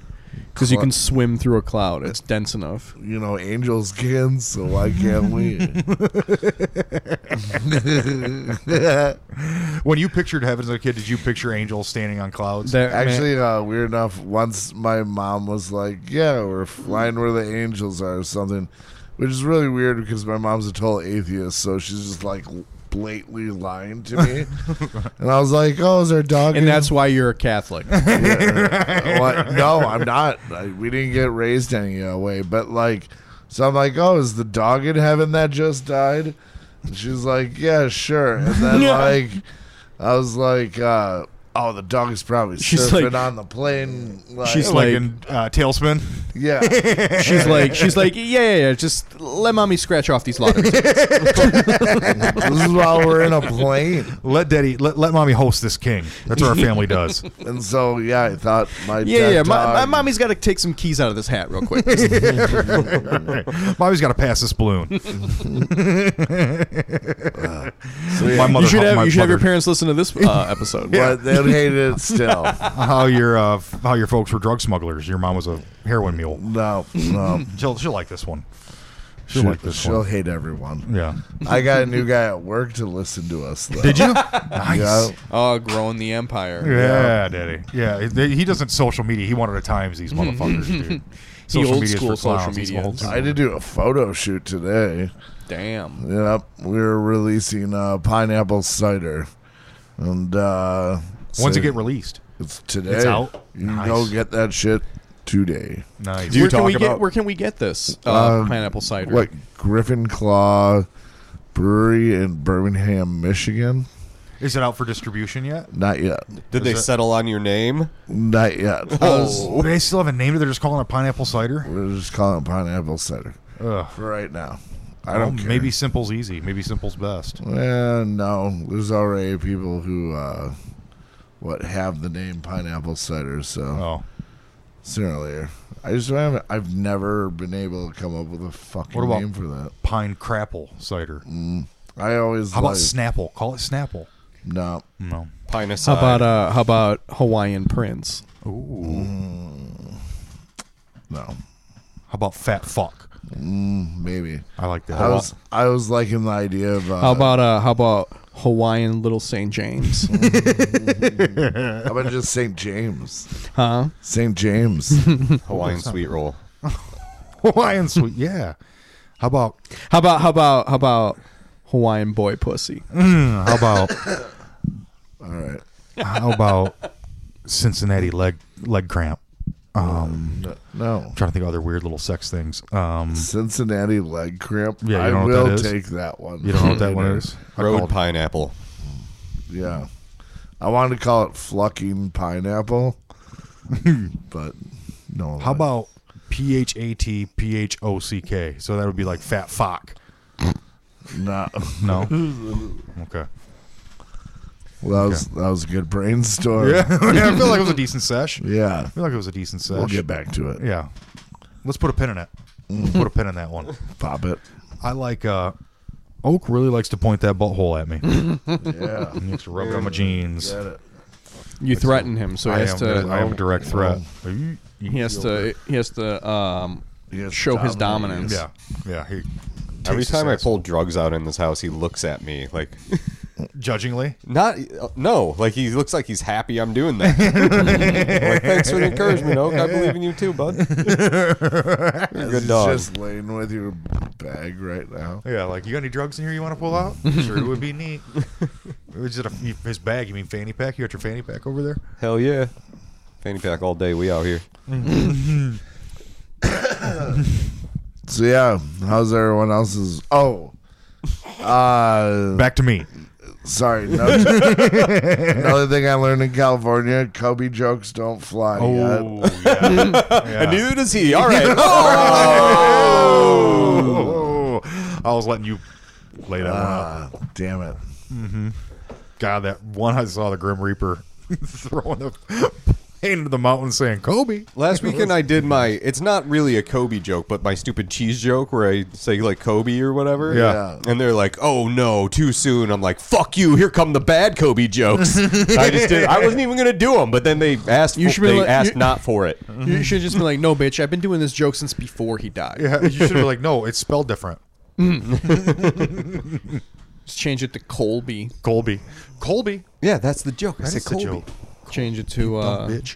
Because you can swim through a cloud. It's dense enough. you know, angels can, so why can't [LAUGHS] we? [LAUGHS] When you pictured heaven as a kid, did you picture angels standing on clouds? Actually, Actually, uh, weird enough, once my mom was like, Yeah, we're flying where the angels are or something, which is really weird because my mom's a total atheist, so she's just like blatantly lying [LAUGHS] to me. and I was like, Oh, is our dog? and in- that's why you're a [LAUGHS] Catholic. What? No, I'm not. Like, we didn't get raised any uh, way, but like, so I'm like, Oh, is the dog in heaven that just died? And she's like, Yeah, sure. And then, like, I was like, uh, oh, the dog is probably She's surfing like- on the plane. Like, She's like- like, in uh, Tailspin. yeah. She's like, she's like, yeah, yeah, yeah. Just let mommy scratch off these [LAUGHS] lotteries. this is while we're in a plane. Let daddy, let, let mommy host this king. That's what our family does. And so, yeah, I thought my yeah, pet yeah. My, my dog- mommy's got to take some keys out of this hat real [LAUGHS] quick. [LAUGHS] Mommy's got to pass [LAUGHS] this balloon. yeah. My you mother, should have, my you should have your mother- parents listen to this [LAUGHS] uh, episode. but they'd hate it still. how your uh, f- how your folks were drug smugglers. Your mom was a heroin mule. No, no. She'll she'll like this one. She'll, She'll, like this she'll one. hate everyone. Yeah. I got a new guy at work to listen to us. Though. Did you? nice. Yeah. Yeah. Oh, growing the empire. daddy. Yeah, he he doesn't social media. He wanted a times these motherfuckers, dude. He old media's school for social clowns. He's media. old school. I did do a photo shoot today. Damn. Yep, we were releasing uh, pineapple cider, and uh, When's so it get released? it's today. It's out? You Nice. can go get that shit today. Nice. where can talk we get? about- Where can we get this uh, pineapple cider? What Griffin Claw Brewery in Birmingham, Michigan? Is it out for distribution yet? Not yet. Did they Is it- settle on your name? Not yet. [LAUGHS] Do they still haven't named it? They're just calling it pineapple cider. We're just calling it pineapple cider Ugh. for right now. I don't Well, care. Oh, Maybe simple's easy. Maybe simple's best. Eh, no, there's already people who uh, what have the name pineapple cider. So Oh, sooner or later, I just haven't. I've never been able to come up with a fucking What about- name for that. pine crapple cider. I always How about like- Snapple? Call it Snapple. no. No. Pine aside. How about uh, how about Hawaiian Prince? No, How about fat fuck? maybe. I like that. I was I was liking the idea of uh, How about uh, how about Hawaiian Little Saint [LAUGHS] James? how about just St. James, huh? St. [LAUGHS] James. Hawaiian sweet roll? [LAUGHS] Hawaiian sweet. Yeah. How about How about how about how about Hawaiian boy pussy? how about All right, how about Cincinnati leg leg cramp? Um, no. trying to think of other weird little sex things. Um, Cincinnati leg cramp. Yeah, you I don't know what will that is? take that one. you don't know [LAUGHS] what that one is? I Road called- pineapple. Yeah. I wanted to call it flucking [LAUGHS] pineapple, but no. one How liked about P H A T P H O C K? So that would be like fat fuck. it. no? No. Okay. [LAUGHS] Well, that was that was a good brainstorm. Yeah, [LAUGHS] I feel like it was a decent sesh. I yeah. feel like it was a decent sesh. We'll get back to it. Yeah. Let's put a pin in it. Let's put a pin in that one. Pop it. I like uh Oak really likes to point that butthole [LAUGHS] at me. he Yeah. likes to rub it on my jeans. Get it. You threaten him, so he I has am, to. um, oh. I am a direct threat. He has to. He has to. Um, He has show his dominance. dominance. Yeah. Yeah. He Every takes time I his ass- pull drugs out in this house, he looks at me like, judgingly. not uh, no, like he looks like he's happy I'm doing that. I'm [LAUGHS] like, [LAUGHS] Thanks for the encouragement, Oak. I believe in you too, bud. You're a good He's dog. just laying with your bag right now. [LAUGHS] Yeah, like you got any drugs in here you want to pull out? sure, it would be neat. Is it a, his bag? You mean fanny pack? You got your fanny pack over there? Hell yeah, fanny pack all day. We out here. So yeah, how's everyone else's? Oh, [LAUGHS] uh, Back to me. sorry. No, [LAUGHS] another thing I learned in California: Kobe jokes don't fly yet. Oh, yeah. [LAUGHS] Yeah. Neither does he. All right. Oh, I was letting you lay that one out. Ah, damn it. God, that one I saw the Grim Reaper [LAUGHS] throwing the plane into the mountain saying, Kobe. Last weekend I did my. It's not really a Kobe joke, but my stupid cheese joke where I say like Kobe or whatever. Yeah. And they're like, "Oh no, too soon." I'm like, "Fuck you! Here come the bad Kobe jokes." I just did. I wasn't even gonna do them, but then they asked. You You should should be they like- asked you- not for it. You should just be like, no, bitch. I've been doing this joke since before he died. Mm-hmm. Yeah, you should be like, no, it's spelled different. Just change it to Colby. Colby. Colby. Yeah, that's the joke. I That said is the Kobe. joke. Change it to. Uh, Bitch.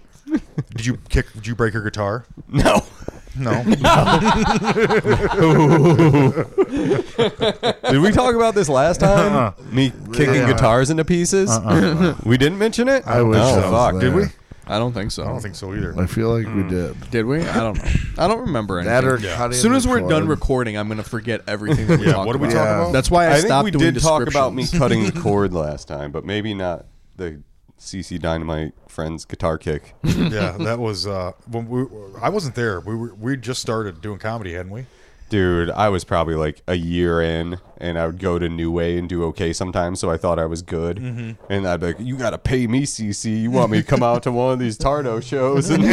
Did you kick? Did you break your guitar? No. [LAUGHS] No. Did we talk about this last time? Me kicking Yeah. guitars into pieces. we didn't mention it. I wish Oh, that was fuck. there. Hmm. Did we? I don't think so. I don't think so either. I feel like we did. Did we? I don't know. I don't remember anything. That or cutting as soon the as we're done cord. recording, I'm gonna forget everything. That we [LAUGHS] Yeah, talked what did we about. talk Yeah. about? That's why I, I stopped think we doing [LAUGHS] [LAUGHS] did talk about me descriptions. cutting the cord last time, but maybe not the CC Dynamite friend's [LAUGHS] guitar kick. yeah, that was uh, when we. I wasn't there. We were, we just started doing comedy, hadn't we? Dude, I was probably like a year in, and I would go to New Way and do okay sometimes. So I thought I was good, Mm-hmm. and I'd be like, "You gotta pay me, CC. You want me to come out to one of these Tardo shows?" And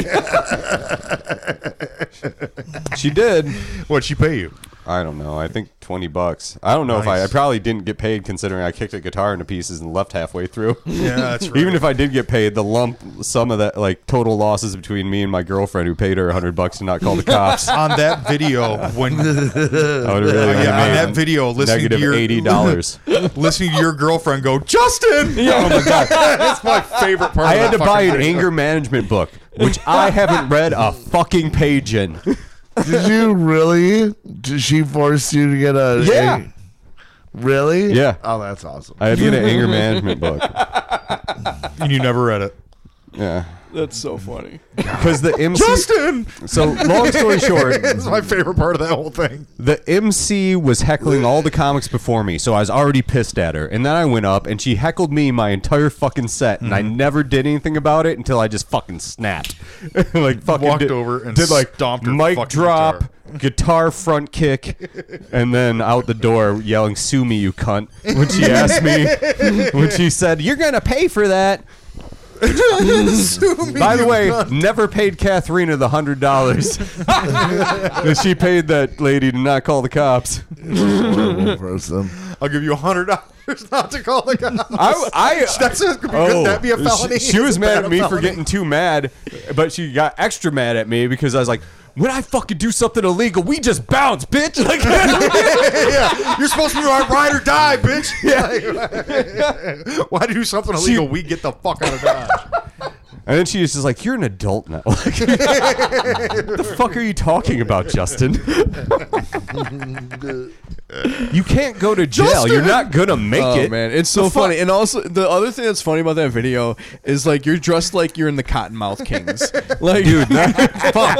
[LAUGHS] she did. What'd she pay you? I don't know. I think twenty bucks. I don't know if I. I Nice. probably didn't get paid considering I kicked a guitar into pieces and left halfway through. Yeah, that's right. Even if I did get paid, the lump sum of that, like total losses between me and my girlfriend, who paid her hundred bucks to not call [LAUGHS] the cops, on that video when [LAUGHS] [LAUGHS] I would have really Yeah, been on made that video, listening to negative your- eighty dollars. listening to your girlfriend go, [LAUGHS] [LAUGHS] Justin. Oh my god, That's my favorite part. I of had that to buy fucking an video. anger management book, which I haven't read a fucking page in. Did you really? Did she force you to get a? Yeah. a- really? Yeah. Oh, that's awesome. I had to get an anger management book. And you never read it. Yeah, That's so funny. because the MC. Justin. So long [LAUGHS] story short, That's my favorite part of that whole thing. the MC was heckling all the comics before me, so I was already pissed at her. And then I went up and she heckled me my entire fucking set, and I Mm-hmm. never did anything about it until I just fucking snapped. [LAUGHS] like fucking Walked did- over and did like stomped her mic fucking drop, guitar. front kick, and then out the door yelling "Sue me, you cunt!" When she asked me, [LAUGHS] when she said, "You're gonna pay for that." By the way, never paid Katharina the hundred dollars that she paid that lady to not call the cops. Horrible person. I'll give you a hundred dollars not to call the cops. [LAUGHS] I, I Oh, That's could, be, could that be a felony? She, she Is was it mad a at me for felony? getting too mad, but she got extra mad at me because I was like, "When I fucking do something illegal, we just bounce, bitch!" [LAUGHS] [LAUGHS] Like, yeah, you're supposed to be my ride or die, [LAUGHS] bitch. Yeah. Why do something illegal? we get the fuck out of Dodge. and then she was just like, "You're an adult now." [LAUGHS] Like, [LAUGHS] the fuck are you talking about, [LAUGHS] Justin? you can't go to jail. You're not gonna make Oh it, man, it's so funny. And also, the other thing that's funny about that video is like you're dressed like you're in the Cottonmouth [LAUGHS] Kings. like, dude. that- fuck.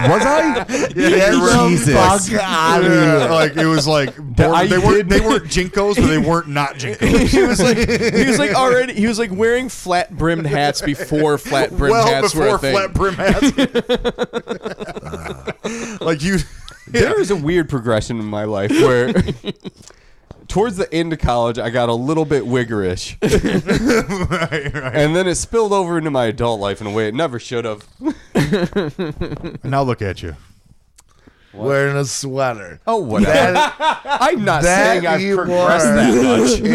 Was I? Get the um, Jesus. fuck out of here. Yeah, like it was like border- I they weren't did- they weren't jinkos, [LAUGHS] but they weren't not jinkos. he was like he was like already he was like wearing flat brimmed hats before flat brimmed well hats were a before thing. flat brim hats. [LAUGHS] like you, yeah. [LAUGHS] There is a weird progression in my life where [LAUGHS] towards the end of college I got a little [LAUGHS] bit wiggerish. right, right. And then it spilled over into my adult life in a way it never should have. Now look at you. Wearing a sweater. Oh whatever. That, I'm not that saying I've you progressed were that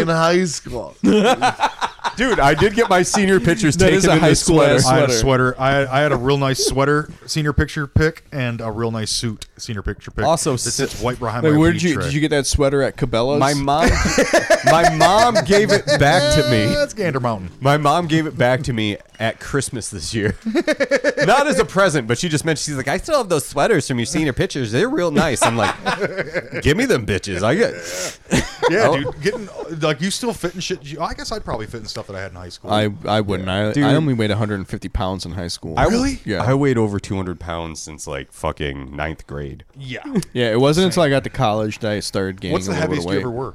[LAUGHS] in high school. much. Dude, I did get my senior pictures [LAUGHS] That taken is a in high this school sweater. ass- I had a Sweater. sweater. I, I had a real nice sweater, senior picture pick, and a real nice suit, senior picture pick. Also that sit- sits white behind Like, my where weed did you tray. did you get that sweater at Cabela's? [LAUGHS] My mom my mom gave it back to Eh, me. That's Gander Mountain. My mom gave it back to me at Christmas this year. [LAUGHS] Not as a present, but she just mentioned she's like, I still have those sweaters from your senior pictures. They're real nice. I'm like, give me them bitches. I get Yeah, Oh. dude, getting like you still fit in shit. you- I guess I'd probably fit in stuff that I had in high school. I I wouldn't. I Dude. I only weighed 150 pounds in high school. I, Really? Yeah. Yeah. I weighed over 200 pounds since like fucking ninth grade. [LAUGHS] yeah. yeah, it wasn't until I got to college that I started gaining What's the a little bit of heaviest you weight. ever were?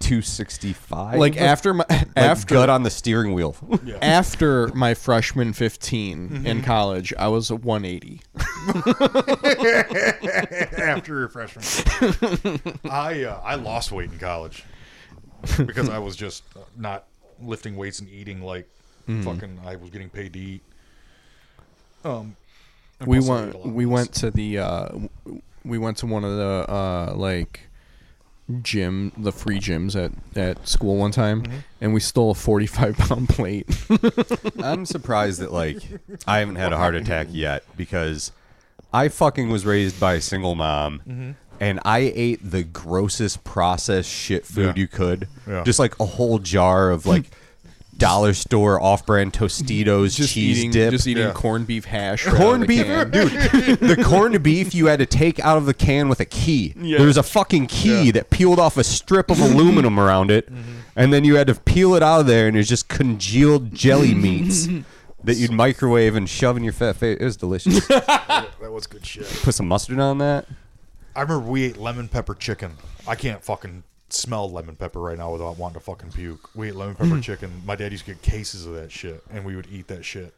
265. Like after my [LAUGHS] after after gut on the steering wheel. [LAUGHS] after my freshman 15 in college, I was a 180. [LAUGHS] After your freshman, [LAUGHS] I uh, I lost weight in college because I was just not lifting weights and eating like Mm. fucking. I was getting paid to eat. Um, and we plus I ate a went lot we less. went to the uh w- we went to one of the uh like gym the free gyms at at school one time Mm-hmm. and we stole a 45 pound plate [LAUGHS] I'm surprised [LAUGHS] that like I haven't had a heart attack yet because I fucking was raised by a single mom Mm-hmm. and I ate the grossest processed shit food Yeah. you could. Yeah. Just like a whole jar of [LAUGHS] like dollar store off brand Tostitos just cheese eating dip. just eating Yeah. corned beef [LAUGHS] hash right out of Corned the beef, can. dude. The corned beef you had to take out of the can with a key. Yeah. There was a fucking key that peeled off a strip of aluminum around it, and then you had to peel it out of there, and it was just congealed jelly meats that you'd microwave and shove in your fat face. It was delicious. That was good shit. Put some mustard on that. I remember we ate lemon pepper chicken. I can't fucking smell lemon pepper right now without wanting to fucking puke. We ate lemon pepper Hmm. chicken. My dad used to get cases of that shit, and we would eat that shit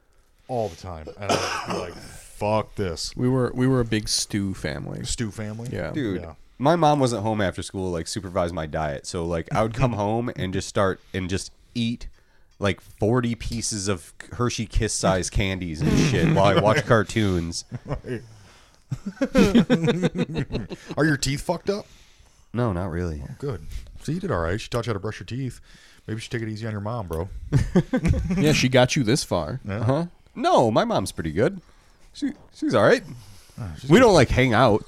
all the time. And I would be like, "Fuck this, We were we were a big stew [LAUGHS] family. stew family." Yeah. dude. Yeah. [LAUGHS] My mom wasn't home after school, to, like supervise my diet. So like I would come home and just start and just eat like forty pieces of Hershey Kiss size candies and shit while I watch cartoons. Are your teeth fucked up? No, not really. Good. So you did all right. She taught you how to brush your teeth. Maybe you should take it easy on your mom, bro. Yeah, she got you this far. Uh huh. No, my mom's pretty good. She she's all right. we don't like hang out.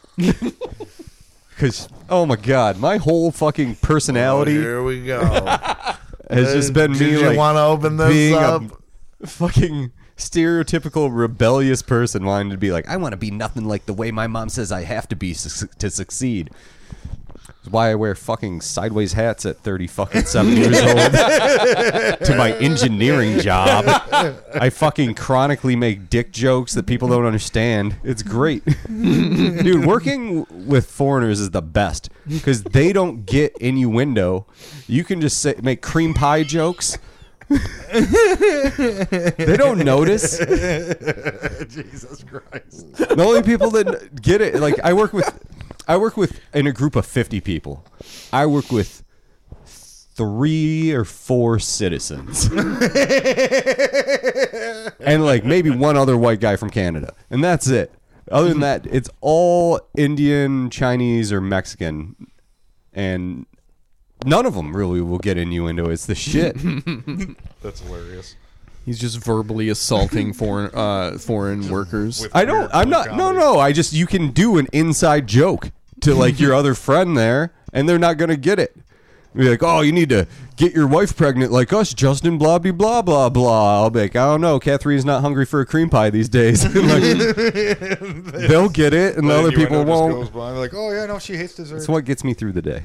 Cause oh my god, my whole fucking personality Here we [LAUGHS] go. has just been Did me you like want to open this being up? [LAUGHS] a fucking stereotypical rebellious person wanting to be like, I want to be nothing like the way my mom says I have to be su- to succeed. It's why I wear fucking sideways hats at 30 fucking [LAUGHS] 7 years old to my engineering job. I fucking chronically make dick jokes that people don't understand. It's [LAUGHS] great. Dude, working w- with foreigners is the best because they don't get innuendo. You can just say, make cream pie jokes. They don't notice. Jesus Christ. The only people that get it, like I work with, I work with in a group of fifty people. I work with three or four citizens, and like maybe one other white guy from Canada, and that's it. Other than that, it's all Indian, Chinese, or Mexican, and none of them really will get innuendo. It's the shit. That's [LAUGHS] hilarious. He's just verbally assaulting foreign uh, foreign workers. with- I don't. weird I'm blood not. No, comedy. no. I just you can do an inside joke to [LAUGHS] like your other friend there, and they're not gonna get it. Be like, oh, you need to get your wife pregnant like us, Justin. Blah blah blah blah blah. I'll be like, I don't know. Catherine's not hungry for a cream pie these days. [LAUGHS] [LAUGHS] Like, they'll get it, and the other people Innuendo just Goes by, won't. like, oh yeah, no, she hates dessert. It's what gets me through the day.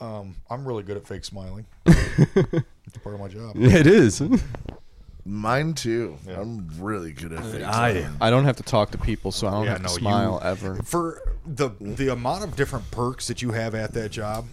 um, I'm really good at [LAUGHS] fake smiling. it's part of my job. [LAUGHS] [LAUGHS] It is. Mine too. I'm really good at things. I don't have to talk to people, so I don't Yeah, have to no, you- smile ever. for the the amount of different perks that you have at that job.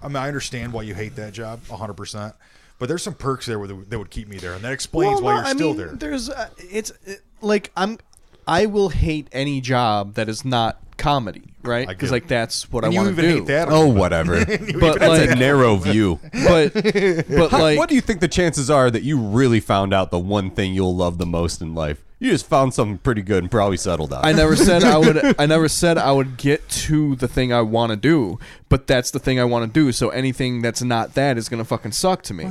I mean, I understand why you hate that job, 100. percent But there's some perks there where- that would keep me there, and that explains why you're I still mean, there. There's uh, it's uh, like I'm I will hate any job that is not comedy, right? I Because get like it. that's what And I you want to even do. hate that. [LAUGHS] Oh, whatever. But That's a like, narrow view. but [LAUGHS] but How- like, what do you think the chances are that you really found out the one thing you'll love the most in life? You just found something pretty good and probably settled on. I it. never said I [LAUGHS] would. I never said I would get to the thing I want to do, but that's the thing I want to do. So anything that's not that is gonna fucking suck [LAUGHS] to me,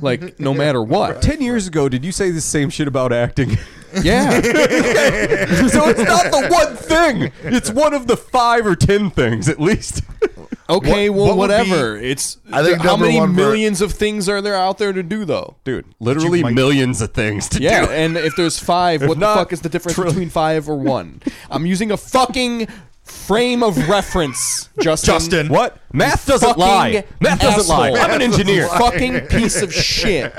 like no matter what. Ten years ago, did you say the same shit about [LAUGHS] acting? Yeah, so it's not the one thing. It's one of the five or ten things, at least. [LAUGHS] okay, What- well, what would be- whatever. it's I think how number many one, Bert- millions of things are there out there to do though? Dude, literally might- millions of things to Yeah, do. and if there's five, what not, the fuck is the difference trillion. between five or [LAUGHS] one? I'm using a fucking frame of reference, Justin. Justin. [LAUGHS] What? Math doesn't Fucking lie. Math doesn't lie. asshole. I'm an engineer. Fucking piece [LAUGHS] of shit.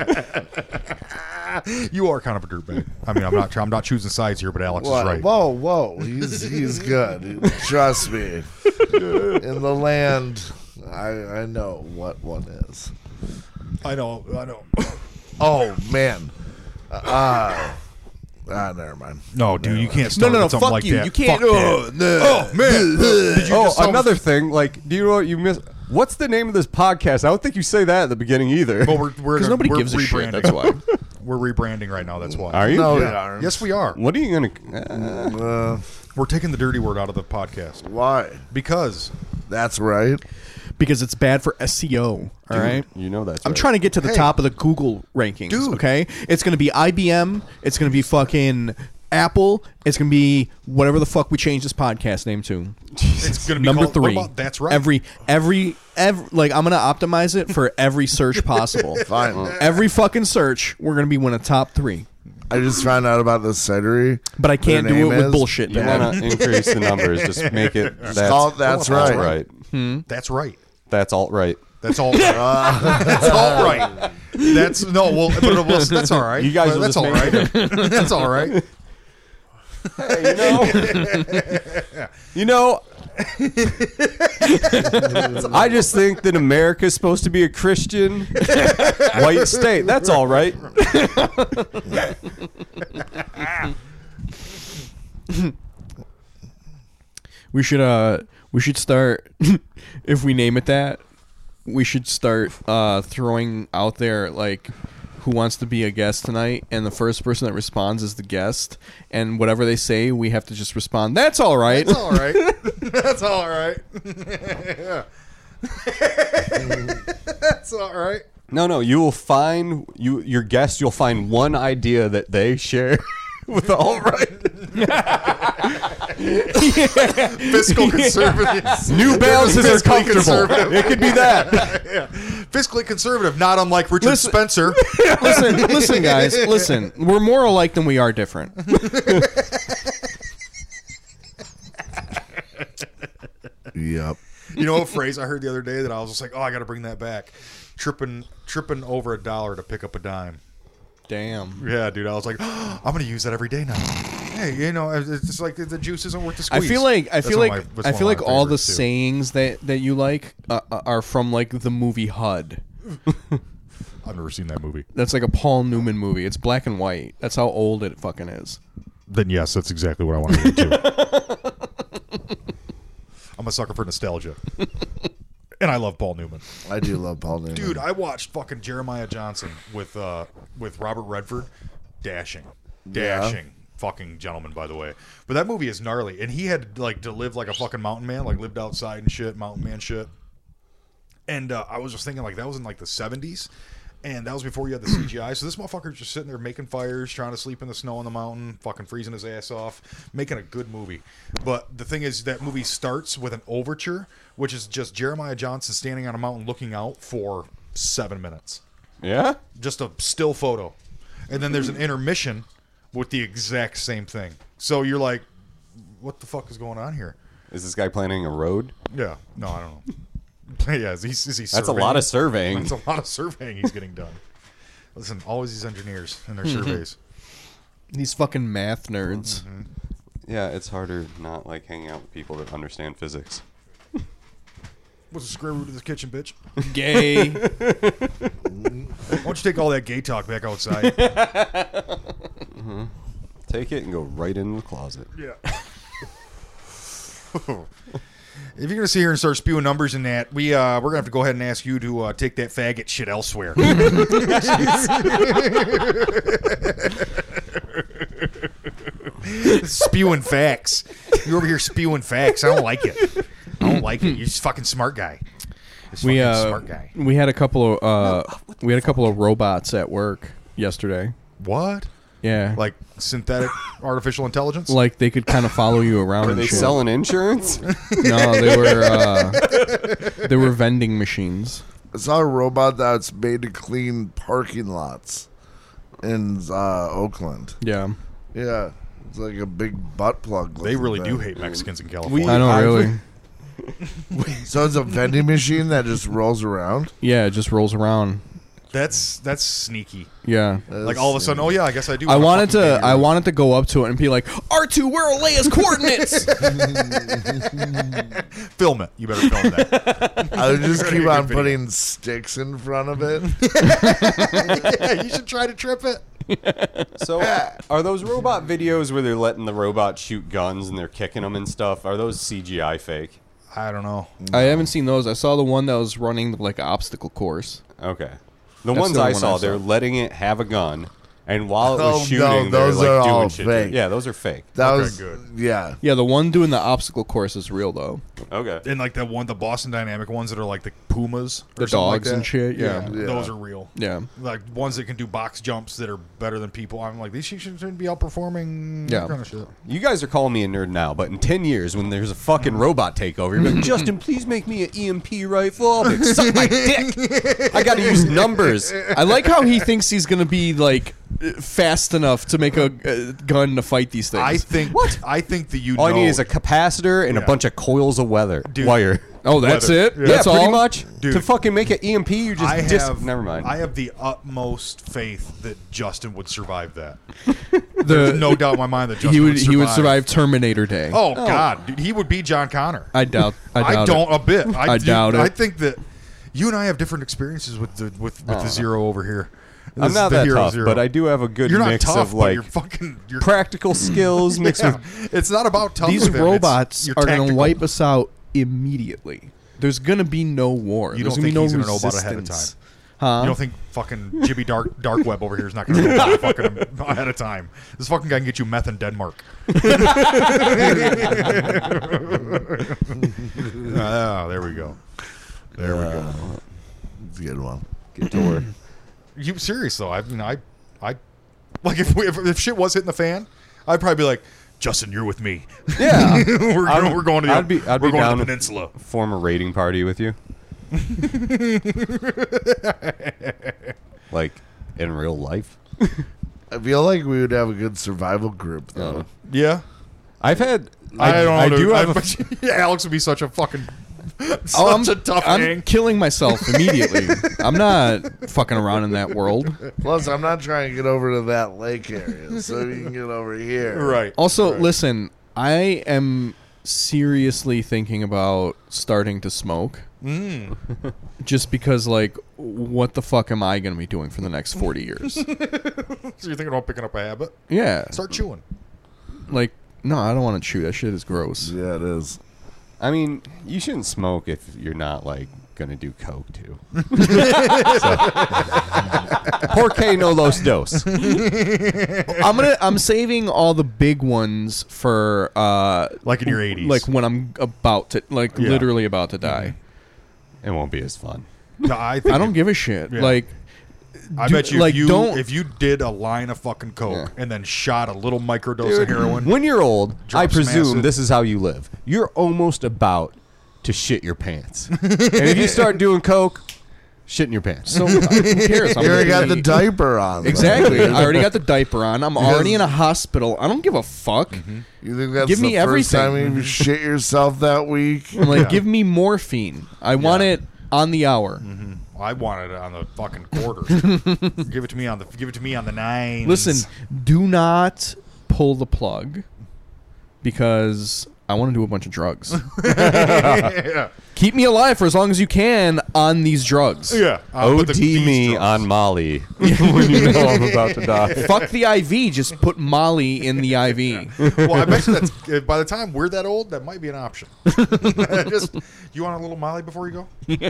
You are kind of a dirtbag. I mean, I'm not. I'm not choosing sides here, but Alex Whoa, is right. whoa, whoa. He's he's good. Trust me. In the land, I I know what one is. I know. I [COUGHS] know. Oh man. Uh, ah, never mind. No, dude, you can't No, start no, no. with something Fuck like you. that. You can't. Fuck that. Oh, no. [LAUGHS] Oh man! Did you Oh, just tell me- [LAUGHS] another thing. Like, do you know what you miss? What's the name of this podcast? I don't think you say that at the beginning either. Well, we're we're Because nobody we're gives a shit. rebranding. That's why. [LAUGHS] we're rebranding right now. That's why. Are you? No, we aren't. Yes, we are. What are you gonna? uh, Uh, We're taking the dirty word out of the podcast why? because That's right. Because it's bad for SEO. All right. you know that's. I'm right. trying to get to the top of the Google rankings. Dude. Okay. It's gonna be IBM. It's gonna be fucking Apple. It's gonna be whatever the fuck we change this podcast name [LAUGHS] to. it's going to be Number called, what three. about- that's right. Every every every like I'm gonna optimize it for every [LAUGHS] search possible. Fine. every fucking search, we're gonna be one of top three. I just found out about this cidery. But I can't Their do it name with is- bullshit. You man. want to increase the numbers? [LAUGHS] Just make it. That's, call it That's Right. That's right. That's alt right. That's all. [LAUGHS] Ah. that's all right. That's no. Well, but we'll that's all right. You guys But will that's just all right. make that's all right. [LAUGHS] you know, you know, [LAUGHS] I just think that America's supposed to be [LAUGHS] a Christian white state. That's all right. We should uh we should start [LAUGHS] if we name it that, we should start uh throwing out there like who wants to be a guest tonight and the first person that responds is the guest and whatever they say we have to just respond that's all right That's all right. That's all [LAUGHS] right. Yeah. That's all right. No, no, you will find you your guest. You'll find one idea that they share [LAUGHS] with all right. [LAUGHS] Fiscal conservatives. [LAUGHS] New Balances are Fiscally comfortable. conservative. It could be that. yeah. Fiscally conservative, not unlike Richard Listen- Spencer. [LAUGHS] listen listen guys listen we're more alike than we are different Yep. You know a phrase I heard the other day that I was just like, oh, I got to bring that back. Tripping, tripping over a dollar to pick up a dime. damn Yeah, dude. I was like, [GASPS] I'm gonna use that every day now. Hey, you know, it's just like the juice isn't worth the I squeeze. feel like I That's feel one like of my- that's I one feel of like my all the favorites, too. sayings that that you like uh, uh, are from like the movie HUD. I've never seen that movie. That's like a Paul Newman movie. It's black and white. That's how old it fucking is. Then yes, that's exactly what I want to do. Too. [LAUGHS] I'm a sucker for nostalgia, and I love Paul Newman. I do love Paul Newman. Dude, I watched fucking Jeremiah Johnson with uh with Robert Redford, dashing, dashing, fucking gentleman. By the way, but that movie is gnarly, and he had like to live like a fucking mountain man, like lived outside and shit, mountain man shit. And uh, I was just thinking, like, that was in like the 70s. And that was before you had the CGI. So this motherfucker's just sitting there making fires, trying to sleep in the snow on the mountain, fucking freezing his ass off, making a good movie. But the thing is, that movie starts with an overture, which is just Jeremiah Johnson standing on a mountain looking out for seven minutes [LAUGHS] Yeah. just a still photo. And then there's an intermission with the exact same thing. So you're like, what the fuck is going on here? Is this guy planning a road? Yeah. No, I don't know. [LAUGHS] yeah, is he, is he That's a surveying? lot of surveying. That's a lot of surveying he's getting done. [LAUGHS] Listen, always these engineers and their Hmm. surveys. These fucking math nerds. [LAUGHS] Mm-hmm. Yeah, it's harder not like hanging out with people that understand physics. What's the square root of this kitchen, bitch? [LAUGHS] Gay. Why don't you take all that gay talk back outside? Take it and go right in the closet. yeah. [LAUGHS] if you're gonna sit here and start spewing numbers and that, we uh, we're gonna have to go ahead and ask you to uh, take that faggot shit elsewhere. [LAUGHS] spewing facts. You're over here spewing facts. I don't like it. I don't like it. You're just fucking smart guy. Just we fucking uh, smart guy. we had a couple of uh, we had a couple of robots at work yesterday. What? Yeah, like Like synthetic artificial intelligence? like they could kind of follow you around. Are and they shit. selling [LAUGHS] insurance? No, [LAUGHS] they were uh, they were vending machines. I saw a robot that's made to clean parking lots in uh, Oakland. Yeah, Yeah. It's like a big butt plug. they looking really thing. do hate Mexicans in California. I know, I've- really. So it's a [LAUGHS] vending machine that just rolls around. Yeah, it just rolls around. that's that's sneaky. Yeah. Like all of a sudden, oh yeah, I guess I do. I wanna wanted fucking to pay I your- wanted to go up to it and be like, R2, where are Leia's coordinates? film it. You better film [LAUGHS] that. I would just Pretty keep good on video. putting sticks in front of it. [LAUGHS] yeah, you should try to trip it. So, [LAUGHS] are those robot videos where they're letting the robot shoot guns and they're kicking them and stuff? Are those CGI fake? I don't know. I haven't seen those. I saw the one that was running like an obstacle course. Okay. The That's ones the one I I saw. saw, they're letting it have a gun, and while it Oh, was no, shooting, they're those like are doing all shit. to it. fake. Yeah, those are fake. That Okay, was good. Yeah. Yeah, the one doing the obstacle course is real though. Okay. And like the one, the Boston Dynamic ones that are like the pumas, or The something like dogs and that. shit, yeah. Yeah. those are real. Yeah. like ones that can do box jumps that are better than people. I'm like these shit shouldn't be outperforming. that Yeah. kind of shit. You guys are calling me a nerd now, but in 10 years, when there's a fucking robot takeover, you're like, Justin, please make me an EMP rifle. I'm like, Suck [LAUGHS] my dick. I got to use numbers. I like how he thinks he's gonna be like fast enough to make a uh, gun to fight these things. I think I think that you. All know, I need is a capacitor and Yeah. a bunch of coils of weather wire. Oh, that's it? Yeah, That's pretty all? much. Dude. to fucking make an EMP, you just I have dis- never mind. I have the utmost faith that Justin would survive that. The, No doubt in my mind that Justin he would would survive. he would survive Terminator Day. Oh, God, dude, he would be John Connor. I doubt. I, doubt I it. don't a bit. [LAUGHS] I, I do- doubt it. I think that you and I have different experiences with the with, with the zero over here. Oh. I'm This- not the that hero tough, zero. but I do have a good You're not mix tough, of but like you're fucking. You're, [LAUGHS] practical skills mixed yeah. with It's not about tough. These with him, it's- robots you're are going to tactical. wipe us out immediately. There's going to be no war. You There's don't going to be think no he's gonna know resistance. about ahead of time. You don't think fucking Jibby Dark Dark Web over here is not going to know about fucking [LAUGHS] ahead of time? This fucking guy can get you meth [LAUGHS] in Denmark. [LAUGHS] Ah, there we go. There we go. It's a good one. door. You serious though? I mean, I, I, like if we, if, if shit was hitting the fan, I'd probably be like, Justin, you're with me. Yeah, [LAUGHS] we're, I'm- going, we're going to. The, I'd be- I'd we're be going down to the with- peninsula. form a raiding party [LAUGHS] with you. like in real life. I feel like we would have a good survival group though. Oh. Yeah, I've had. I, don't. I know, do dude. have. a I- [LAUGHS] yeah, Alex would be such a fucking. [LAUGHS] [LAUGHS] Such Oh, I'm, a tough I'm hang. killing [LAUGHS] myself immediately. I'm not fucking around in that world. Plus, I'm not trying to get over to that lake area, so you can get over here. Right. Also, Right. listen, I am seriously thinking about starting to smoke. Mm. [LAUGHS] Just because, like, what the fuck am I going to be doing for the next 40 [LAUGHS] years? So you're thinking about picking up a habit? yeah. Start chewing. Like, no, I don't want to chew. That shit is gross. Yeah, it is. I mean, you shouldn't smoke if you're not like gonna do coke [LAUGHS] too. so. [LAUGHS] Porque no los dos. I'm gonna. I'm saving all the big ones for uh, Like in your 80s. like when I'm about to, like Yeah. literally about to die. It won't be as fun. No, I, think I don't give a shit. Yeah. Like, I do- bet you, like, if you don't- if you did a line of fucking coke Yeah. and then shot a little microdose of heroin. When you're old, I Drop some presume acid. this is how you live. You're almost about to shit [LAUGHS] your pants, and if you start doing coke, shit in your pants. so who cares? I'm You already gonna got the be- diaper on. though. Exactly. I already got the diaper on. I'm already in a hospital. I don't give a fuck. Mm-hmm. You think that's Give the me first everything. time you shit yourself that week? I'm like, Yeah. give me morphine. I want it on the hour. Mm-hmm. I wanted it on the fucking quarter. give it to me on the give it to me on the nine. Listen, do not pull the plug because I want to do a bunch of [LAUGHS] drugs. [LAUGHS] yeah, Keep me alive for as long as you can on these drugs. yeah. Uh, but OD the- these me drugs. on Molly [LAUGHS] when you know I'm about to die. Fuck the IV. Just put Molly in the IV. Well, I bet you that's uh, by the time we're that old, that might be an option. just you want a little Molly before you go? Yeah?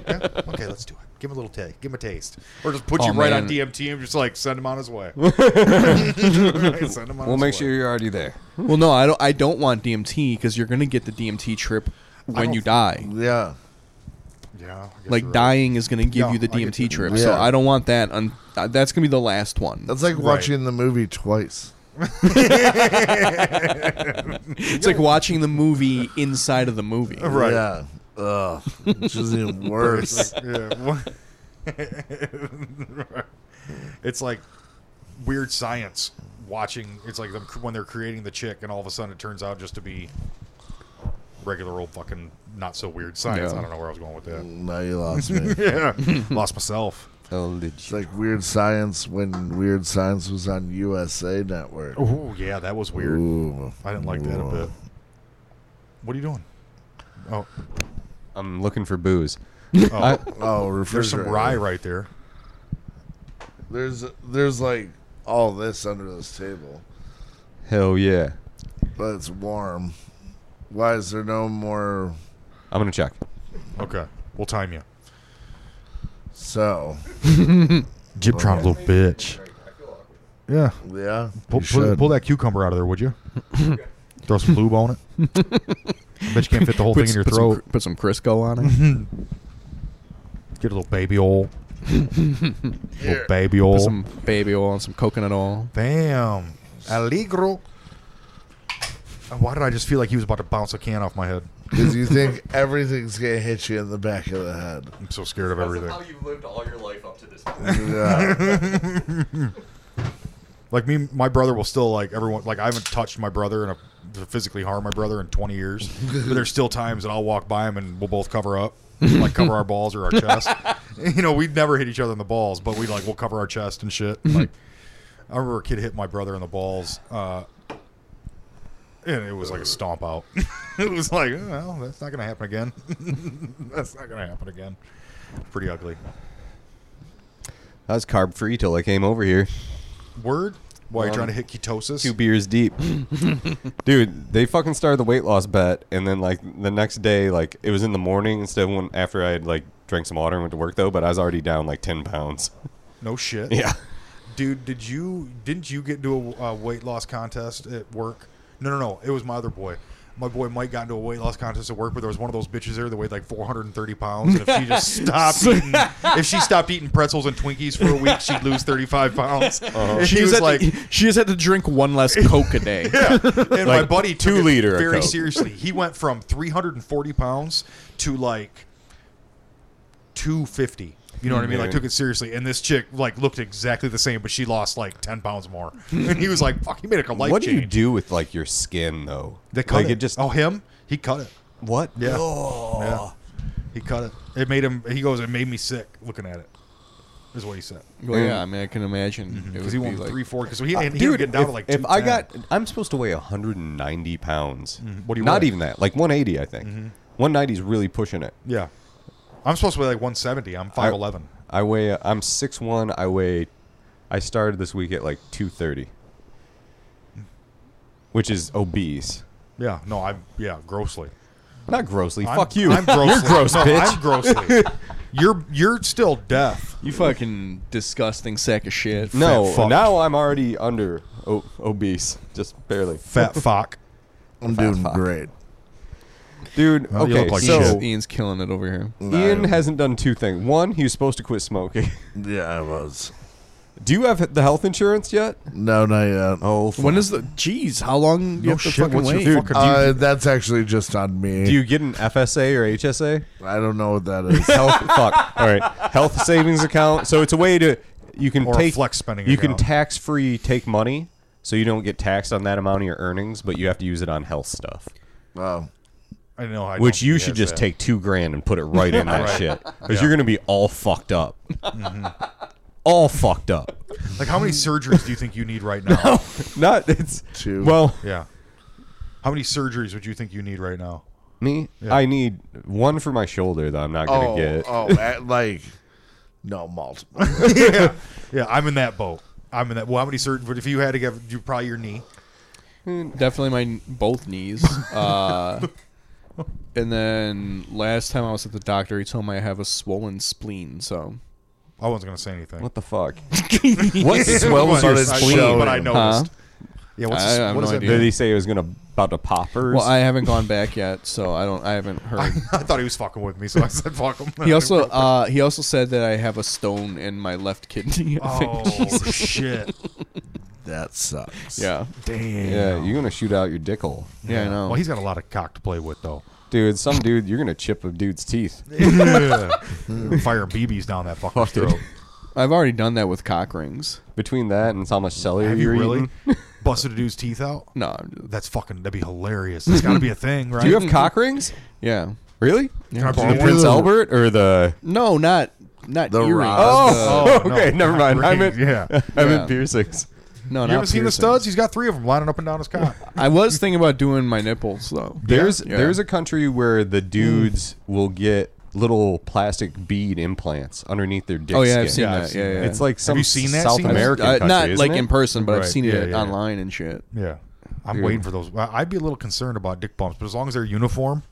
Okay, let's do it. Give him a little taste. Give him a taste, or just put Oh, you right man. on DMT and just like send him on his way. [LAUGHS] Send him on We'll his make way. sure [LAUGHS] you're already there. well, no, I don't. I don't want DMT because you're gonna get the DMT trip when don't- you die. Yeah. Yeah, I guess Like you're right. dying is gonna give No, you the I get DMT you. trip, Yeah. so I don't want that. Un- uh, that's gonna be the last one. That's like watching the movie twice. it's like watching the movie inside of the movie. Right. Yeah. Ugh. Which is [LAUGHS] even worse. yeah. [LAUGHS] what- it's like weird science watching. It's like them when they're creating the chick, and all of a sudden it turns out just to be regular old fucking not so weird science. Yeah. I don't know where I was going with that. now you lost [LAUGHS] me. Yeah, lost myself. It's like Weird Science when Weird Science was on USA Network. Oh yeah, that was weird. Ooh. I didn't like that a bit. What are you doing? Oh, I'm looking for booze. [LAUGHS] oh I, Oh, there's some refrigerator. rye right there. There's there's like all this under this table, hell yeah. but it's warm. Why is there no more? I'm gonna check. Okay, we'll time you. So Jibtron, little bitch. Yeah, yeah, Pull, you pull, should. pull that cucumber out of there, [LAUGHS] would you? Throw some lube on it. I bet you can't fit the whole thing in your some- throat. Mhm. put Some, Crisco on it. Get a little [LAUGHS] baby oil. little Here. baby put oil. some baby oil and some coconut oil. Damn. Allegro. Uh, Why did I just feel like he was about to bounce a can off my head? Because you think everything's gonna hit you in the back of the head. [LAUGHS] I'm so scared of everything. you've lived all your life up to this point. Yeah. Like me, my brother will still like everyone. Like I haven't touched my brother in a to physically harm my brother in 20 years. but there's still times that I'll walk by him and we'll both cover up, like cover our balls or our [LAUGHS] chest. you know, we'd never hit each other in the balls, but we like we'll cover our chest and shit. Mm-hmm. Like I remember a kid hit my brother in the balls. Uh, and it was like a stomp out. [LAUGHS] it was like, "Oh, well, that's not gonna happen again. [LAUGHS] that's not gonna happen again. Pretty ugly. I was carb free till I came over here. Word? Why you Um, trying to hit ketosis? two [LAUGHS] beers deep. Dude, they fucking started the weight loss bet, and then like the next day, like it was in the morning instead of when after I had like drank some water and went to work though, but I was already down like ten pounds. [LAUGHS] no shit. Yeah. dude did you didn't you get into a uh, weight loss contest at work no no no it was my other boy my boy Mike got into a weight loss contest at work, but there was one of those bitches there that weighed like 430 pounds. And if she just stopped eating, if she stopped eating pretzels and Twinkies for a week, she'd lose 35 pounds. And She he was had like, to, she just had to drink one less Coke a [LAUGHS] day. yeah. And my buddy took two it liter of very Coke. seriously. He went from 340 pounds to like 250. You know what I mean? Like Mhm. took it seriously. And this chick like looked exactly the same, but she lost like 10 pounds more. [LAUGHS] And he was like, "Fuck, he made like a life what do change." you do with like your skin though? They cut like it. it just oh him? He cut it. what? Yeah. yeah. He cut it. It made him. He goes. It made me sick looking at it. Is what he said. Well, yeah, I mean, I can imagine. It would Because Mhm. he be went like, three, four. Because he, Uh, and he Dude, would get down if, to like. if I 210. got, I'm supposed to weigh 190 pounds. Mm-hmm. What do you Not weigh? Mm-hmm. even that. Like 180, I think. 190 is really pushing it. Yeah. I'm supposed to weigh like 170. I'm 5'11. I weigh. I'm 6'1". I weigh. I started this week at like 230, which is obese. Yeah. No. I'm. Yeah. Grossly. Not grossly. I'm- Fuck you. I'm grossly. You're gross, no, bitch. I'm grossly. you're you're still deaf. you fucking disgusting sack of shit. [LAUGHS] no. fat fuck. Now I'm already under o- obese, just barely. [LAUGHS] Fat fuck. I'm doing great. Dude. Well, you okay. look like so shit. Ian's killing it over here. Ian hasn't done two things. One, he was supposed to quit smoking. [LAUGHS] Yeah, I was. Do you have the health insurance yet? No, not yet. Oh. When is the? Jeez, how long do you No have to shit, fucking what's your wait? fucking- Uh, that's actually just on me. Do you get an FSA or HSA? I don't know what that [LAUGHS] is. health fuck. All right, health savings account. So it's a way to you can Or a take flex spending You account. can tax free take money, so you don't get taxed on that amount of your earnings, but you have to use it on health stuff. wow. I know. I Which don't you think should he has just that. take two grand and put it right in that [LAUGHS] Right. shit because Yeah. Mm-hmm. you're gonna be all fucked up, all fucked up. Like how many surgeries do you think you need [LAUGHS] right now? Not it's Two. well Yeah. How many surgeries would you think you need right now? me. Yeah. I need one for my shoulder that I'm not gonna Oh, get. oh, at, like [LAUGHS] no multiple. yeah, yeah, I'm in that boat. I'm in that. Well, how many surgeries? But if you had to get, you probably your knee. Definitely my both [LAUGHS] knees. Uh, and then last time I was at the doctor, he told me I have a swollen spleen. [LAUGHS] So I wasn't gonna say anything. What the fuck? [LAUGHS] what swells But your it's- I spleen? showed, But I Huh? noticed. Yeah, what's I this, have no what does that idea. Did mean? he say it was gonna about to poppers? Well, I haven't gone back yet, so I don't. [LAUGHS] I haven't heard. [LAUGHS] I thought he was fucking with me, so I said fuck him. He also uh, he also said that I have a stone in my left kidney. I think. [LAUGHS] [LAUGHS] oh shit. that sucks. Yeah. Damn. Yeah, you're gonna shoot out your dickhole, Yeah, I know. Well, he's got a lot of cock to play with though. dude. Some dude, you're gonna chip a dude's teeth. [LAUGHS] Firing BBs down that fucking Fuck it. throat. I've already done that with cock rings. Between that and how much celery Have you you're really eating. busted a dude's teeth out? No. I'm- That's fucking. That'd be hilarious. It's got to be a thing, right? Do you have cock rings? Yeah. Really? Can I Yeah. borrow The one? Prince Albert or the? No, not not The earrings. Uh, rod. Oh, Oh, no, okay. never cock mind. I meant rings, [LAUGHS] yeah. I Yeah. meant piercings. no, You not ever seen the piercings. studs? He's got three of them lining up and down his [LAUGHS] cock. I was thinking about doing my nipples though. There's Yeah. there's a country where the dudes will get little plastic bead implants underneath their dick. Oh yeah, I've seen seen Yeah, I've that. seen yeah, that. yeah. It's like some you seen that? South Seen that? American Uh, country, not isn't like it? in person, but I've Right. seen Yeah, it yeah, yeah. online and shit. Yeah, I'm waiting for those. I- I'd be a little concerned about dick bumps, but as long as they're uniform,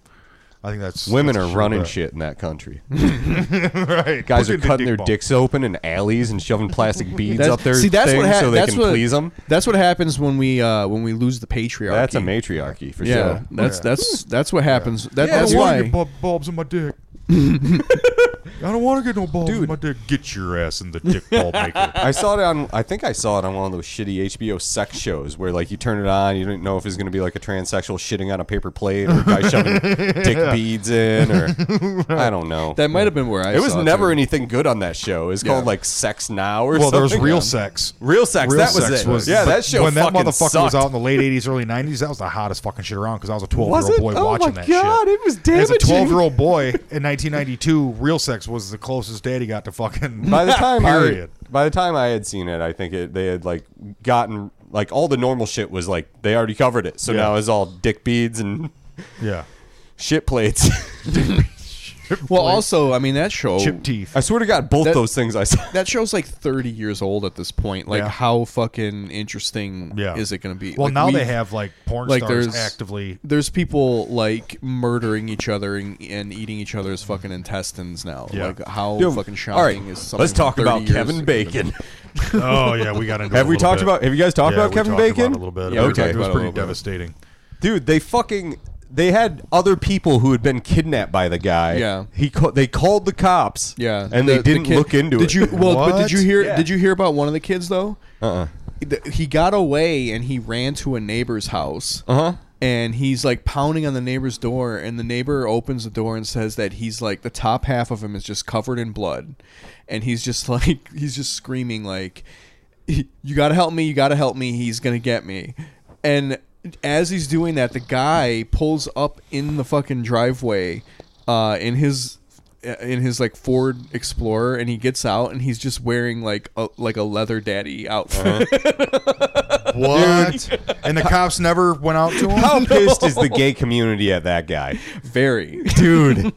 I think that's Women that's are a sure running bet. shit in [LAUGHS] that country. [LAUGHS] right, Guys Look are at the cutting their bump. dicks open in alleys [LAUGHS] and shoving plastic beads That's- up their see, that's thing what hap- so they that's can what- please them. That's what happens when we uh, when we lose the patriarchy. That's a matriarchy for Yeah, sure. that's Yeah. that's that's what happens. That, Yeah, that's [LAUGHS] I wanna why. get bub- bulbs in my dick. I don't want to get no balls Dude. in my dick. Get your ass in the dick ball maker. I saw it on. I think I saw it on one of those shitty HBO sex shows where like you turn it on, you don't know if it's going to be like a transsexual shitting on a paper plate or a guy shoving [LAUGHS] dick beads in, or I don't know. That might have been where I. it was saw never too. anything good on that show. It's called Yeah. like Sex Now [LAUGHS] or well, there something. was real sex. Real sex. Real that was Sex it. yeah, but that show. When that fucking motherfucker sucked. was out in the late '80s, early '90s, that was the hottest fucking shit around because I was a 12 Was year it? old boy Oh watching my that God, shit. it was As a damaging. 12 year old boy in 1992, real sex was the closest daddy got to fucking. [LAUGHS] [LAUGHS] by the time I, period. by the time I had seen it, I think it they had like gotten like all the normal shit was like they already covered it. So Yeah. now it's all dick beads and [LAUGHS] yeah, shit plates. Well, also, I mean that show. chip teeth. Oh, I swear to God, both That- those things I saw. That show's like 30 years old at this point. Like, Yeah. how fucking interesting Yeah. is it going to be? Well, Like, now they we've- have like porn like, stars there's- actively. There's people like murdering each other and, and eating each other's fucking intestines now. Yeah. Like, how Dude, fucking all right, shocking is something? let's from talk 30 about years Kevin ago? [LAUGHS] Bacon. Oh yeah, we [LAUGHS] got into. it have a we little talked bit. about? Have you guys talked Yeah, about we Kevin talked about Bacon? it a little bit. Yeah, We we talked- talked It about was it a pretty little bit. devastating. dude they fucking they had other people who had been kidnapped by the guy Yeah. he ca- they called the cops Yeah, and The- they the didn't kid- look into did it you? Well, but did you What? hear? Yeah. Did you hear about one of the kids though? uh-uh Th- He got away and he ran to a neighbor's house. uh-huh and he's like pounding on the neighbor's door and the neighbor opens the door and says that he's like the top half of him is just covered in blood and he's just [LAUGHS] like he's just screaming like you got to help me you got to help me he's going to get me and as he's doing that the guy pulls up in the fucking driveway uh in his uh, in his like Ford Explorer and he gets out and he's just wearing like a like a leather daddy outfit. [LAUGHS] What? and the cops never went out to him. [LAUGHS] how pissed is [LAUGHS] the gay community at that guy Very. dude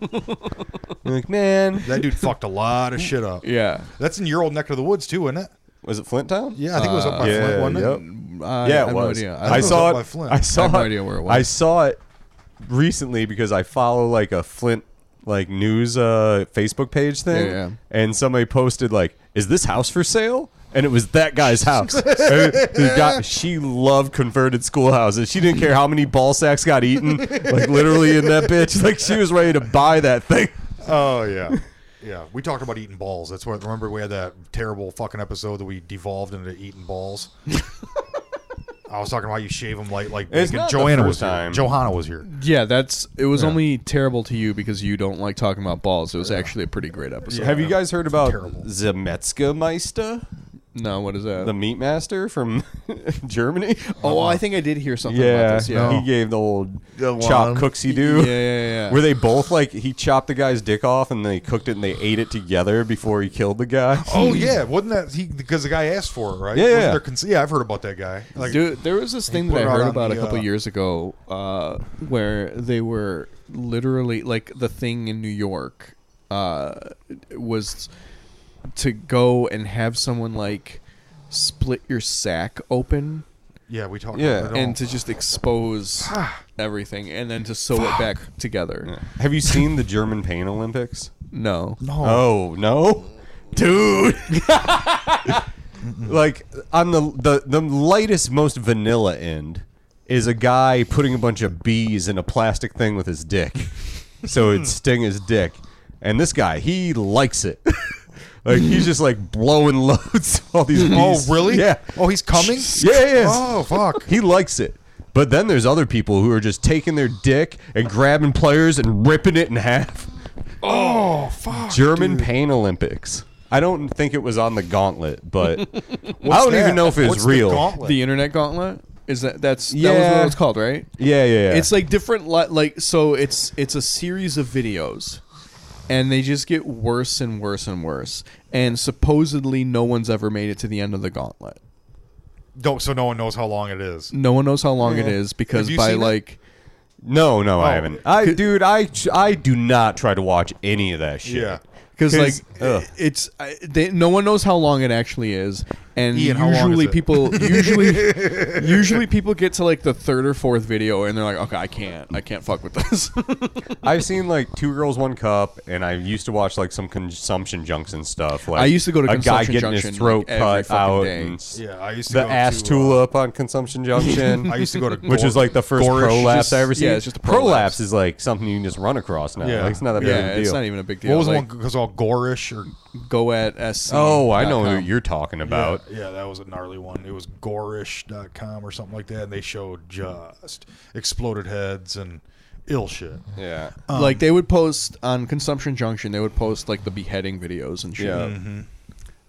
like man That dude fucked a lot of shit up. [LAUGHS] Yeah. That's in your old neck of the woods too, isn't it? Uh, was it flint town Yeah, I think it was up Oh, by yeah Flint, wasn't yep. it? I, yeah I it have no was idea. i, it was saw up by it Flint. i saw I have no it idea where it i was. saw it recently because i follow like a flint like news uh facebook page thing Yeah, yeah. and somebody posted like is this house for sale and it was that guy's house. [LAUGHS] And the guy- she loved converted schoolhouses. She didn't care how many ball sacks got eaten, like literally in that bitch. Like she was ready to buy that thing. Oh yeah, [LAUGHS] yeah. We talked about eating balls. That's what. Remember we had that terrible fucking episode that we devolved into eating [LAUGHS] balls. I was talking about you shave them like like It's bacon. not the Joanna first was time. here. Johanna was here. Yeah, that's it was only terrible to you because you don't like talking about balls. It was actually a pretty great episode. Have you guys heard about terrible. Zemetzka Meister, No, what is the that? meat master from [LAUGHS] Germany? Oh, I think I did hear something about Yeah, this. Yeah. he gave the old Go on. chop cooksy yeah, do. yeah, yeah. Were they both like he chopped the guy's dick off and they cooked it and they ate it together before he killed the guy? Oh yeah, wasn't that he? Because the guy asked for it, right? Yeah, Wasn't yeah. there cons- yeah. I've heard about that guy. Like, Dude, there was this thing put that I it out heard on about the, a couple uh, years ago uh, where they were literally like the thing in New York uh, was to go and have someone like split your sack open yeah, we talked. Yeah, about that. and to just [SIGHS] expose everything and then to sew it back together. Have you seen the German Pain Olympics? No. Oh no, dude! like on the, the the lightest, most vanilla end is a guy putting a bunch of bees in a plastic thing with his dick, so Hmm. it'd sting his dick. And this guy, he likes it. like he's just like blowing loads of all these. oh Bees. really? Yeah. Oh, he's coming. Yeah, yeah, yeah. Oh fuck. He likes it. But then there's other people who are just taking their dick and grabbing players and ripping it in half. Oh fuck. [LAUGHS] German Pain Olympics. I don't think it was on the gauntlet, [LAUGHS] but I don't even know if it was real. The internet gauntlet is that that's that was Yeah. what it's called, right? yeah, yeah, yeah. It's like different li- like so it's it's a series of videos and they just get worse and worse and worse and supposedly no one's ever made it to the end of the gauntlet. Don't, so no one knows how long it is. No one knows how long it is because Have you by seen it? like no, no, I Oh. haven't. I, dude, I, I do not try to watch any of that shit. Yeah. because like 'Cause, ugh. it's I, they, no one knows how long it actually is, and Ian, how long usually is it? [LAUGHS] people usually usually people get to like the third or fourth video and they're like, okay, I can't, I can't fuck with this. [LAUGHS] [LAUGHS] I've seen like Two Girls One Cup, and I used to watch like some consumption junction stuff. Like I used to go to a guy Consumption getting Junction, his throat like, every cut fucking out. day. And s- Yeah, I used to the go ass to, uh, tulip on [LAUGHS] Consumption Junction. I used to go to [LAUGHS] which Gor- is like the first Gorish. prolapse I ever seen. yeah, it's just a prolapse. prolapse. is like something you can just run across now. Yeah. Like, it's not that big of a yeah, deal. it's not even a big deal. What was like, the one? Because I called Gorish or Go at SC. Oh, I know who you're talking about. Yeah, yeah, that was a gnarly one. It was gorish.com or something like that, and they showed just exploded heads and ill shit. Yeah. like they would post on Consumption Junction. They would post like the beheading videos and shit. Yeah.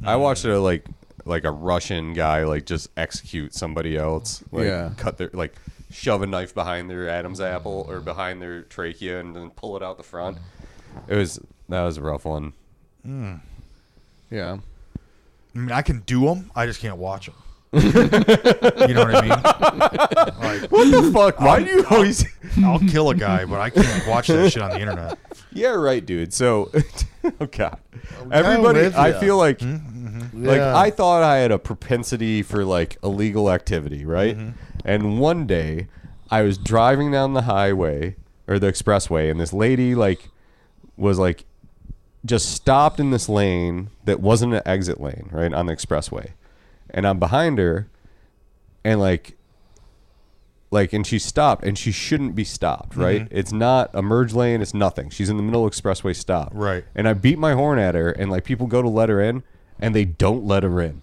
I watched a like like a Russian guy like just execute somebody else. Like Yeah. cut their like shove a knife behind their Adam's apple or behind their trachea and then pull it out the front. It was that was a rough one. yeah. I mean, I can do them, I just can't watch [LAUGHS] them. you know what I mean? [LAUGHS] What the fuck? Why do you always I'll kill a guy, but I can't watch that shit on the [LAUGHS] internet. Yeah, right, dude. So [LAUGHS] oh god. Everybody with I ya. feel like Like Yeah. I thought I had a propensity for like illegal activity, right? And one day I was driving down the highway or the expressway and this lady like was like just stopped in this lane that wasn't an exit lane, right, on the expressway. And I'm behind her and like like and she stopped and she shouldn't be stopped, right? It's not a merge lane, it's nothing. She's in the middle of expressway stop. Right. And I beat my horn at her and like people go to let her in and they don't let her in.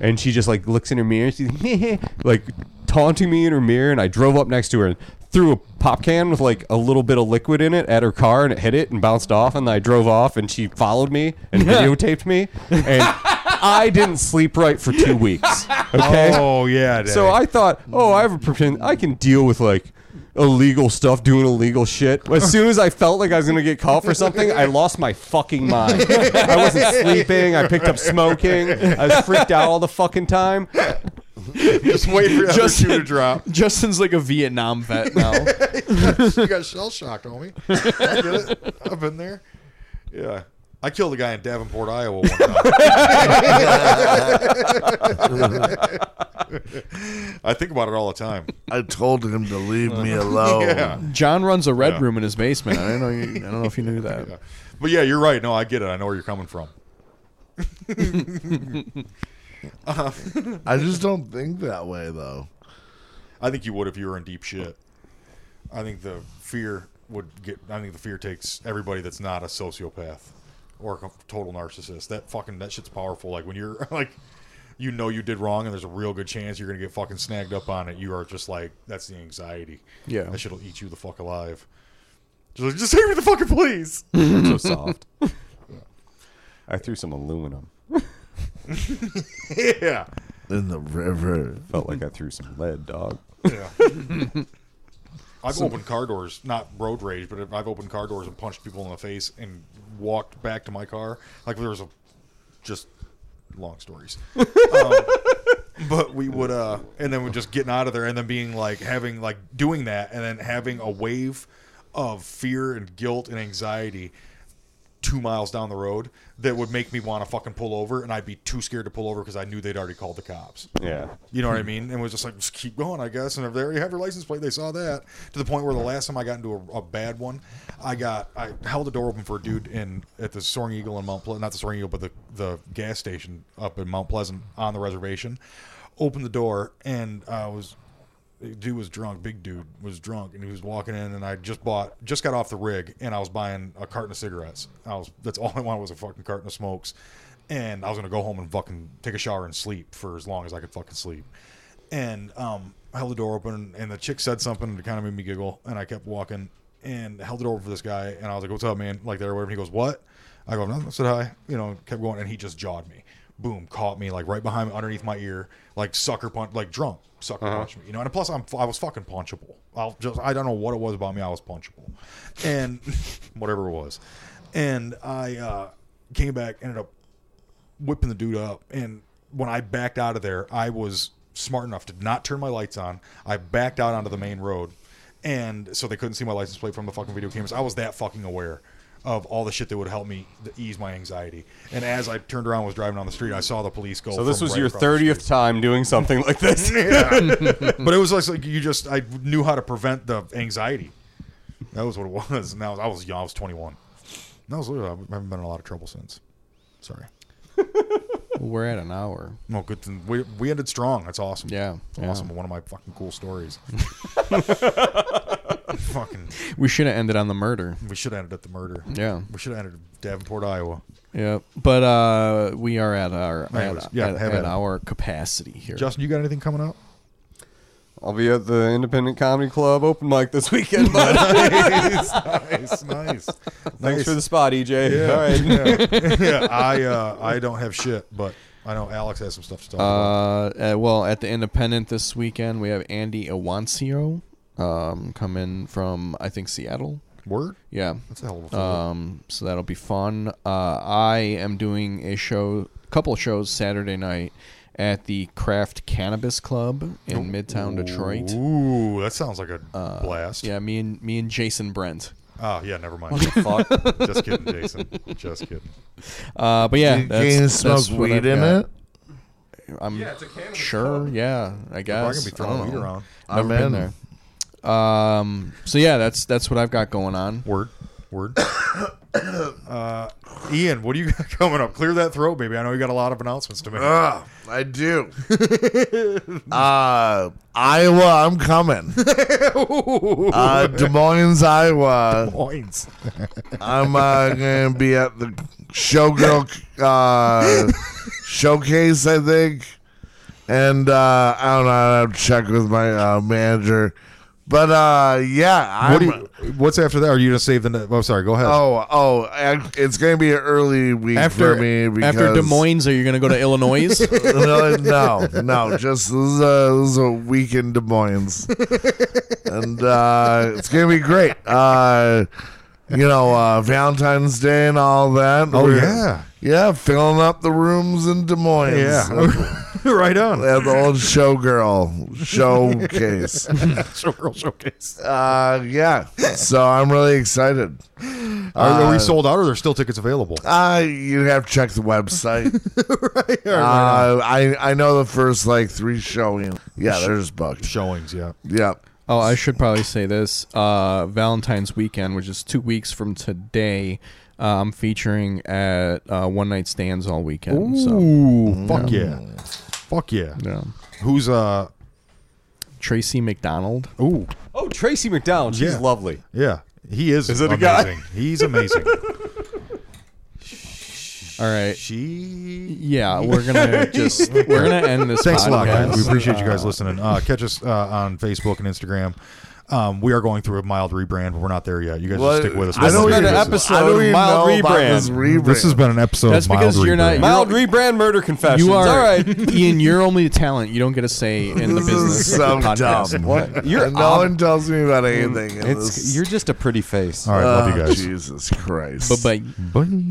And she just like looks in her mirror, she's [LAUGHS] like taunting me in her mirror and I drove up next to her and threw a pop can with like a little bit of liquid in it at her car and it hit it and bounced off and I drove off and she followed me and videotaped me and I didn't sleep right for 2 weeks. Okay? Oh yeah, So Daddy. I thought, oh, I have a pretend. I can deal with like illegal stuff, doing illegal shit. [LAUGHS] As soon as I felt like I was gonna get caught for something, I lost my fucking mind. I [LAUGHS] wasn't sleeping. I picked up smoking. I was freaked out all the fucking time. [LAUGHS] just wait for that Just- shoe to drop. Justin's like a Vietnam vet now. [LAUGHS] you got shell shocked, [LAUGHS] homie. I get it. I've been there. Yeah. I killed a guy in Davenport, Iowa one [LAUGHS] time. I think about it all the time. I told him to leave [LAUGHS] me alone. Yeah. John runs a red Yeah. room in his basement. I don't know. You, I don't know if you knew that. But [LAUGHS] yeah, you're right. No, I get it. I know where you're coming from. I just don't think that way though. I think you would if you were in deep shit. I think the fear would get. I think the fear takes everybody that's not a sociopath or a com- total narcissist. That fucking that shit's powerful. Like when you're [LAUGHS] like, you know you did wrong, and there's a real good chance you're gonna get fucking snagged up on it. You are just like that's the anxiety. Yeah. that shit'll eat you the fuck alive. Just, like, just take me to the fucking police. [LAUGHS] I'm [LAUGHS] so soft. I threw some aluminum. yeah. In the river. Felt like I threw some lead, dog. Yeah. I've opened car doors, not road rage, but I've opened car doors and punched people in the face and walked back to my car. Like there was a just long stories. um, but we would, uh, and then we're just getting out of there and then being like having like doing that and then having a wave of fear and guilt and anxiety two miles down the road that would make me want to fucking pull over and I'd be too scared to pull over because I knew they'd already called the cops. Yeah. You know what I mean? And was just like, just keep going, I guess. And if they already have your license plate, they saw that. To the point where the last time I got into a, a bad one, I got I held the door open for a dude in at the Soaring Eagle in Mount Pleasant, not the Soaring Eagle, but the the gas station up in Mount Pleasant on the reservation. Opened the door and I was the dude was drunk, big dude was drunk, and he was walking in, and I just bought, just got off the rig, and I was buying a carton of cigarettes. I was that's all [LAUGHS] I wanted was a fucking carton of smokes, and I was gonna go home and fucking take a shower and sleep for as long as I could fucking sleep. And um, I held the door open, and the chick said something, and it kind of made me giggle, and I kept walking, and held it over for this guy, and I was like, "What's up, man?" Like there, whatever. And he goes, "What?" I go, "Nothing." I said hi, you know, kept going, and he just jawed me boom, caught me like right behind, underneath my ear, like sucker punch, like drunk sucker punched me, you know. And plus, I'm I was fucking punchable. I'll just I don't know what it was about me. I was punchable, and [LAUGHS] whatever it was, and I uh, came back, ended up whipping the dude up. And when I backed out of there, I was smart enough to not turn my lights on. I backed out onto the main road, and so they couldn't see my license plate from the fucking video cameras. I was that fucking aware of all the shit that would help me to ease my anxiety. And as I turned around, and was driving down the street, I saw the police go. So this from was right your across the street. thirtieth time doing something like this. but it was like, like you just I knew how to prevent the anxiety. That was what it [LAUGHS] was. And I was I was young. I was 21. And I was I haven't been in a lot of trouble since. Sorry. We're at an hour. No, good. Thing. We we ended strong. That's awesome. Yeah, It's yeah. awesome. One of my fucking [LAUGHS] cool stories. [LAUGHS] fucking, We should have ended on the murder. we should have ended at the murder. Yeah. we should have ended Davenport, Iowa. Yeah, but uh, we are at our Yeah, at, it was- yeah, at- have at at it. our capacity here. Justin, you got anything coming [LAUGHS] up? [LAUGHS] [LAUGHS] I'll be at the Independent Comedy Club open mic this weekend, [LAUGHS] bud. Nice, nice. [LAUGHS] Thanks for the spot, [LAUGHS] EJ. All right. yeah, I uh, I don't have shit, but I know Alex has some stuff to talk about. Uh, uh, well, at the Independent this weekend, we have Andy Awancio um, come in from I think Seattle. Word? Yeah, That's a hell of a um, so that'll be fun. Uh, I am doing a show, couple shows Saturday night at the Craft Cannabis Club in Midtown Detroit. Uh, Ooh, that sounds like a blast. Yeah, me and me and Jason Brent. Oh, yeah, never mind. Fuck. [LAUGHS] Just kidding, Jason. Just kidding. Uh, but yeah, Can you smoke weed in it? it. I'm Yeah, it's a cannabis sure. Yeah, I We're guess. going to be I don't throwing weed know. around. Never I'm been in. there. Um. So yeah, that's that's what I've got going on. Word. Word. [COUGHS] uh, Ian, what do you got [LAUGHS] coming up? Clear that throat, baby. I know you got a lot of announcements to make. Ah, [LAUGHS] I do. uh, Iowa, [LAUGHS] I'm coming. uh, Des Moines, Iowa. [LAUGHS] Points. I'm uh, going to be at the Showgirl uh, Showcase, I think. And uh, I don't know. I have to check with my uh, manager. But uh, yeah, I'm. What do you, what's after that? Are you going to save the. ne- Oh, sorry. Go ahead. Oh, oh! ac- It's gonna be an early week After for me because after Des Moines, are you going to go to Illinois? no, no, no, just this is, a, this is a week in Des Moines, and uh, it's gonna be great. Uh, you know, uh, Valentine's Day and all that. Oh, yeah. yeah, filling up the rooms in Des Moines. yeah. [LAUGHS] right on. at the old showgirl showcase. Showgirl Showcase. uh, yeah, so I'm really excited. Are, are we sold out or are there still tickets available? Uh, you have to check the [LAUGHS] website. uh, I I know the first like three showing. Yeah, there's bugs. Showings, yeah. Yeah. [LAUGHS] oh, I should probably say this. Uh, Valentine's weekend, which is two weeks from today, uh, I'm featuring at uh, one night stands all weekend. So Ooh, fuck yeah. Fuck yeah. yeah. Who's uh Tracy McDonald. ooh, Oh, Tracy McDowell. She's Yeah. lovely. yeah. He is, Is it a guy? amazing. He's amazing. All right. she Yeah, we're [LAUGHS] gonna just we're gonna end this. Thanks a lot, podcast. guys. We appreciate you guys listening. Uh, catch us uh, on Facebook and Instagram. Um, we are going through a mild rebrand, but we're not there yet. You guys Well, just stick with us. I don't We'll even- see you guys. episode I don't even mild know about rebrand. this rebrand. [LAUGHS] This has been an episode. That's of mild because you're not- rebrand. Mild rebrand murder confessions. You are All [LAUGHS] right. Ian. You're only a talent. You don't get a say in the This is business. so of the podcast. dumb. What? You're And no ob- one tells me about anything. in It's, this. you're just a pretty face. uh, Uh, All right, love you Oh, guys. Jesus Christ. But but Bye.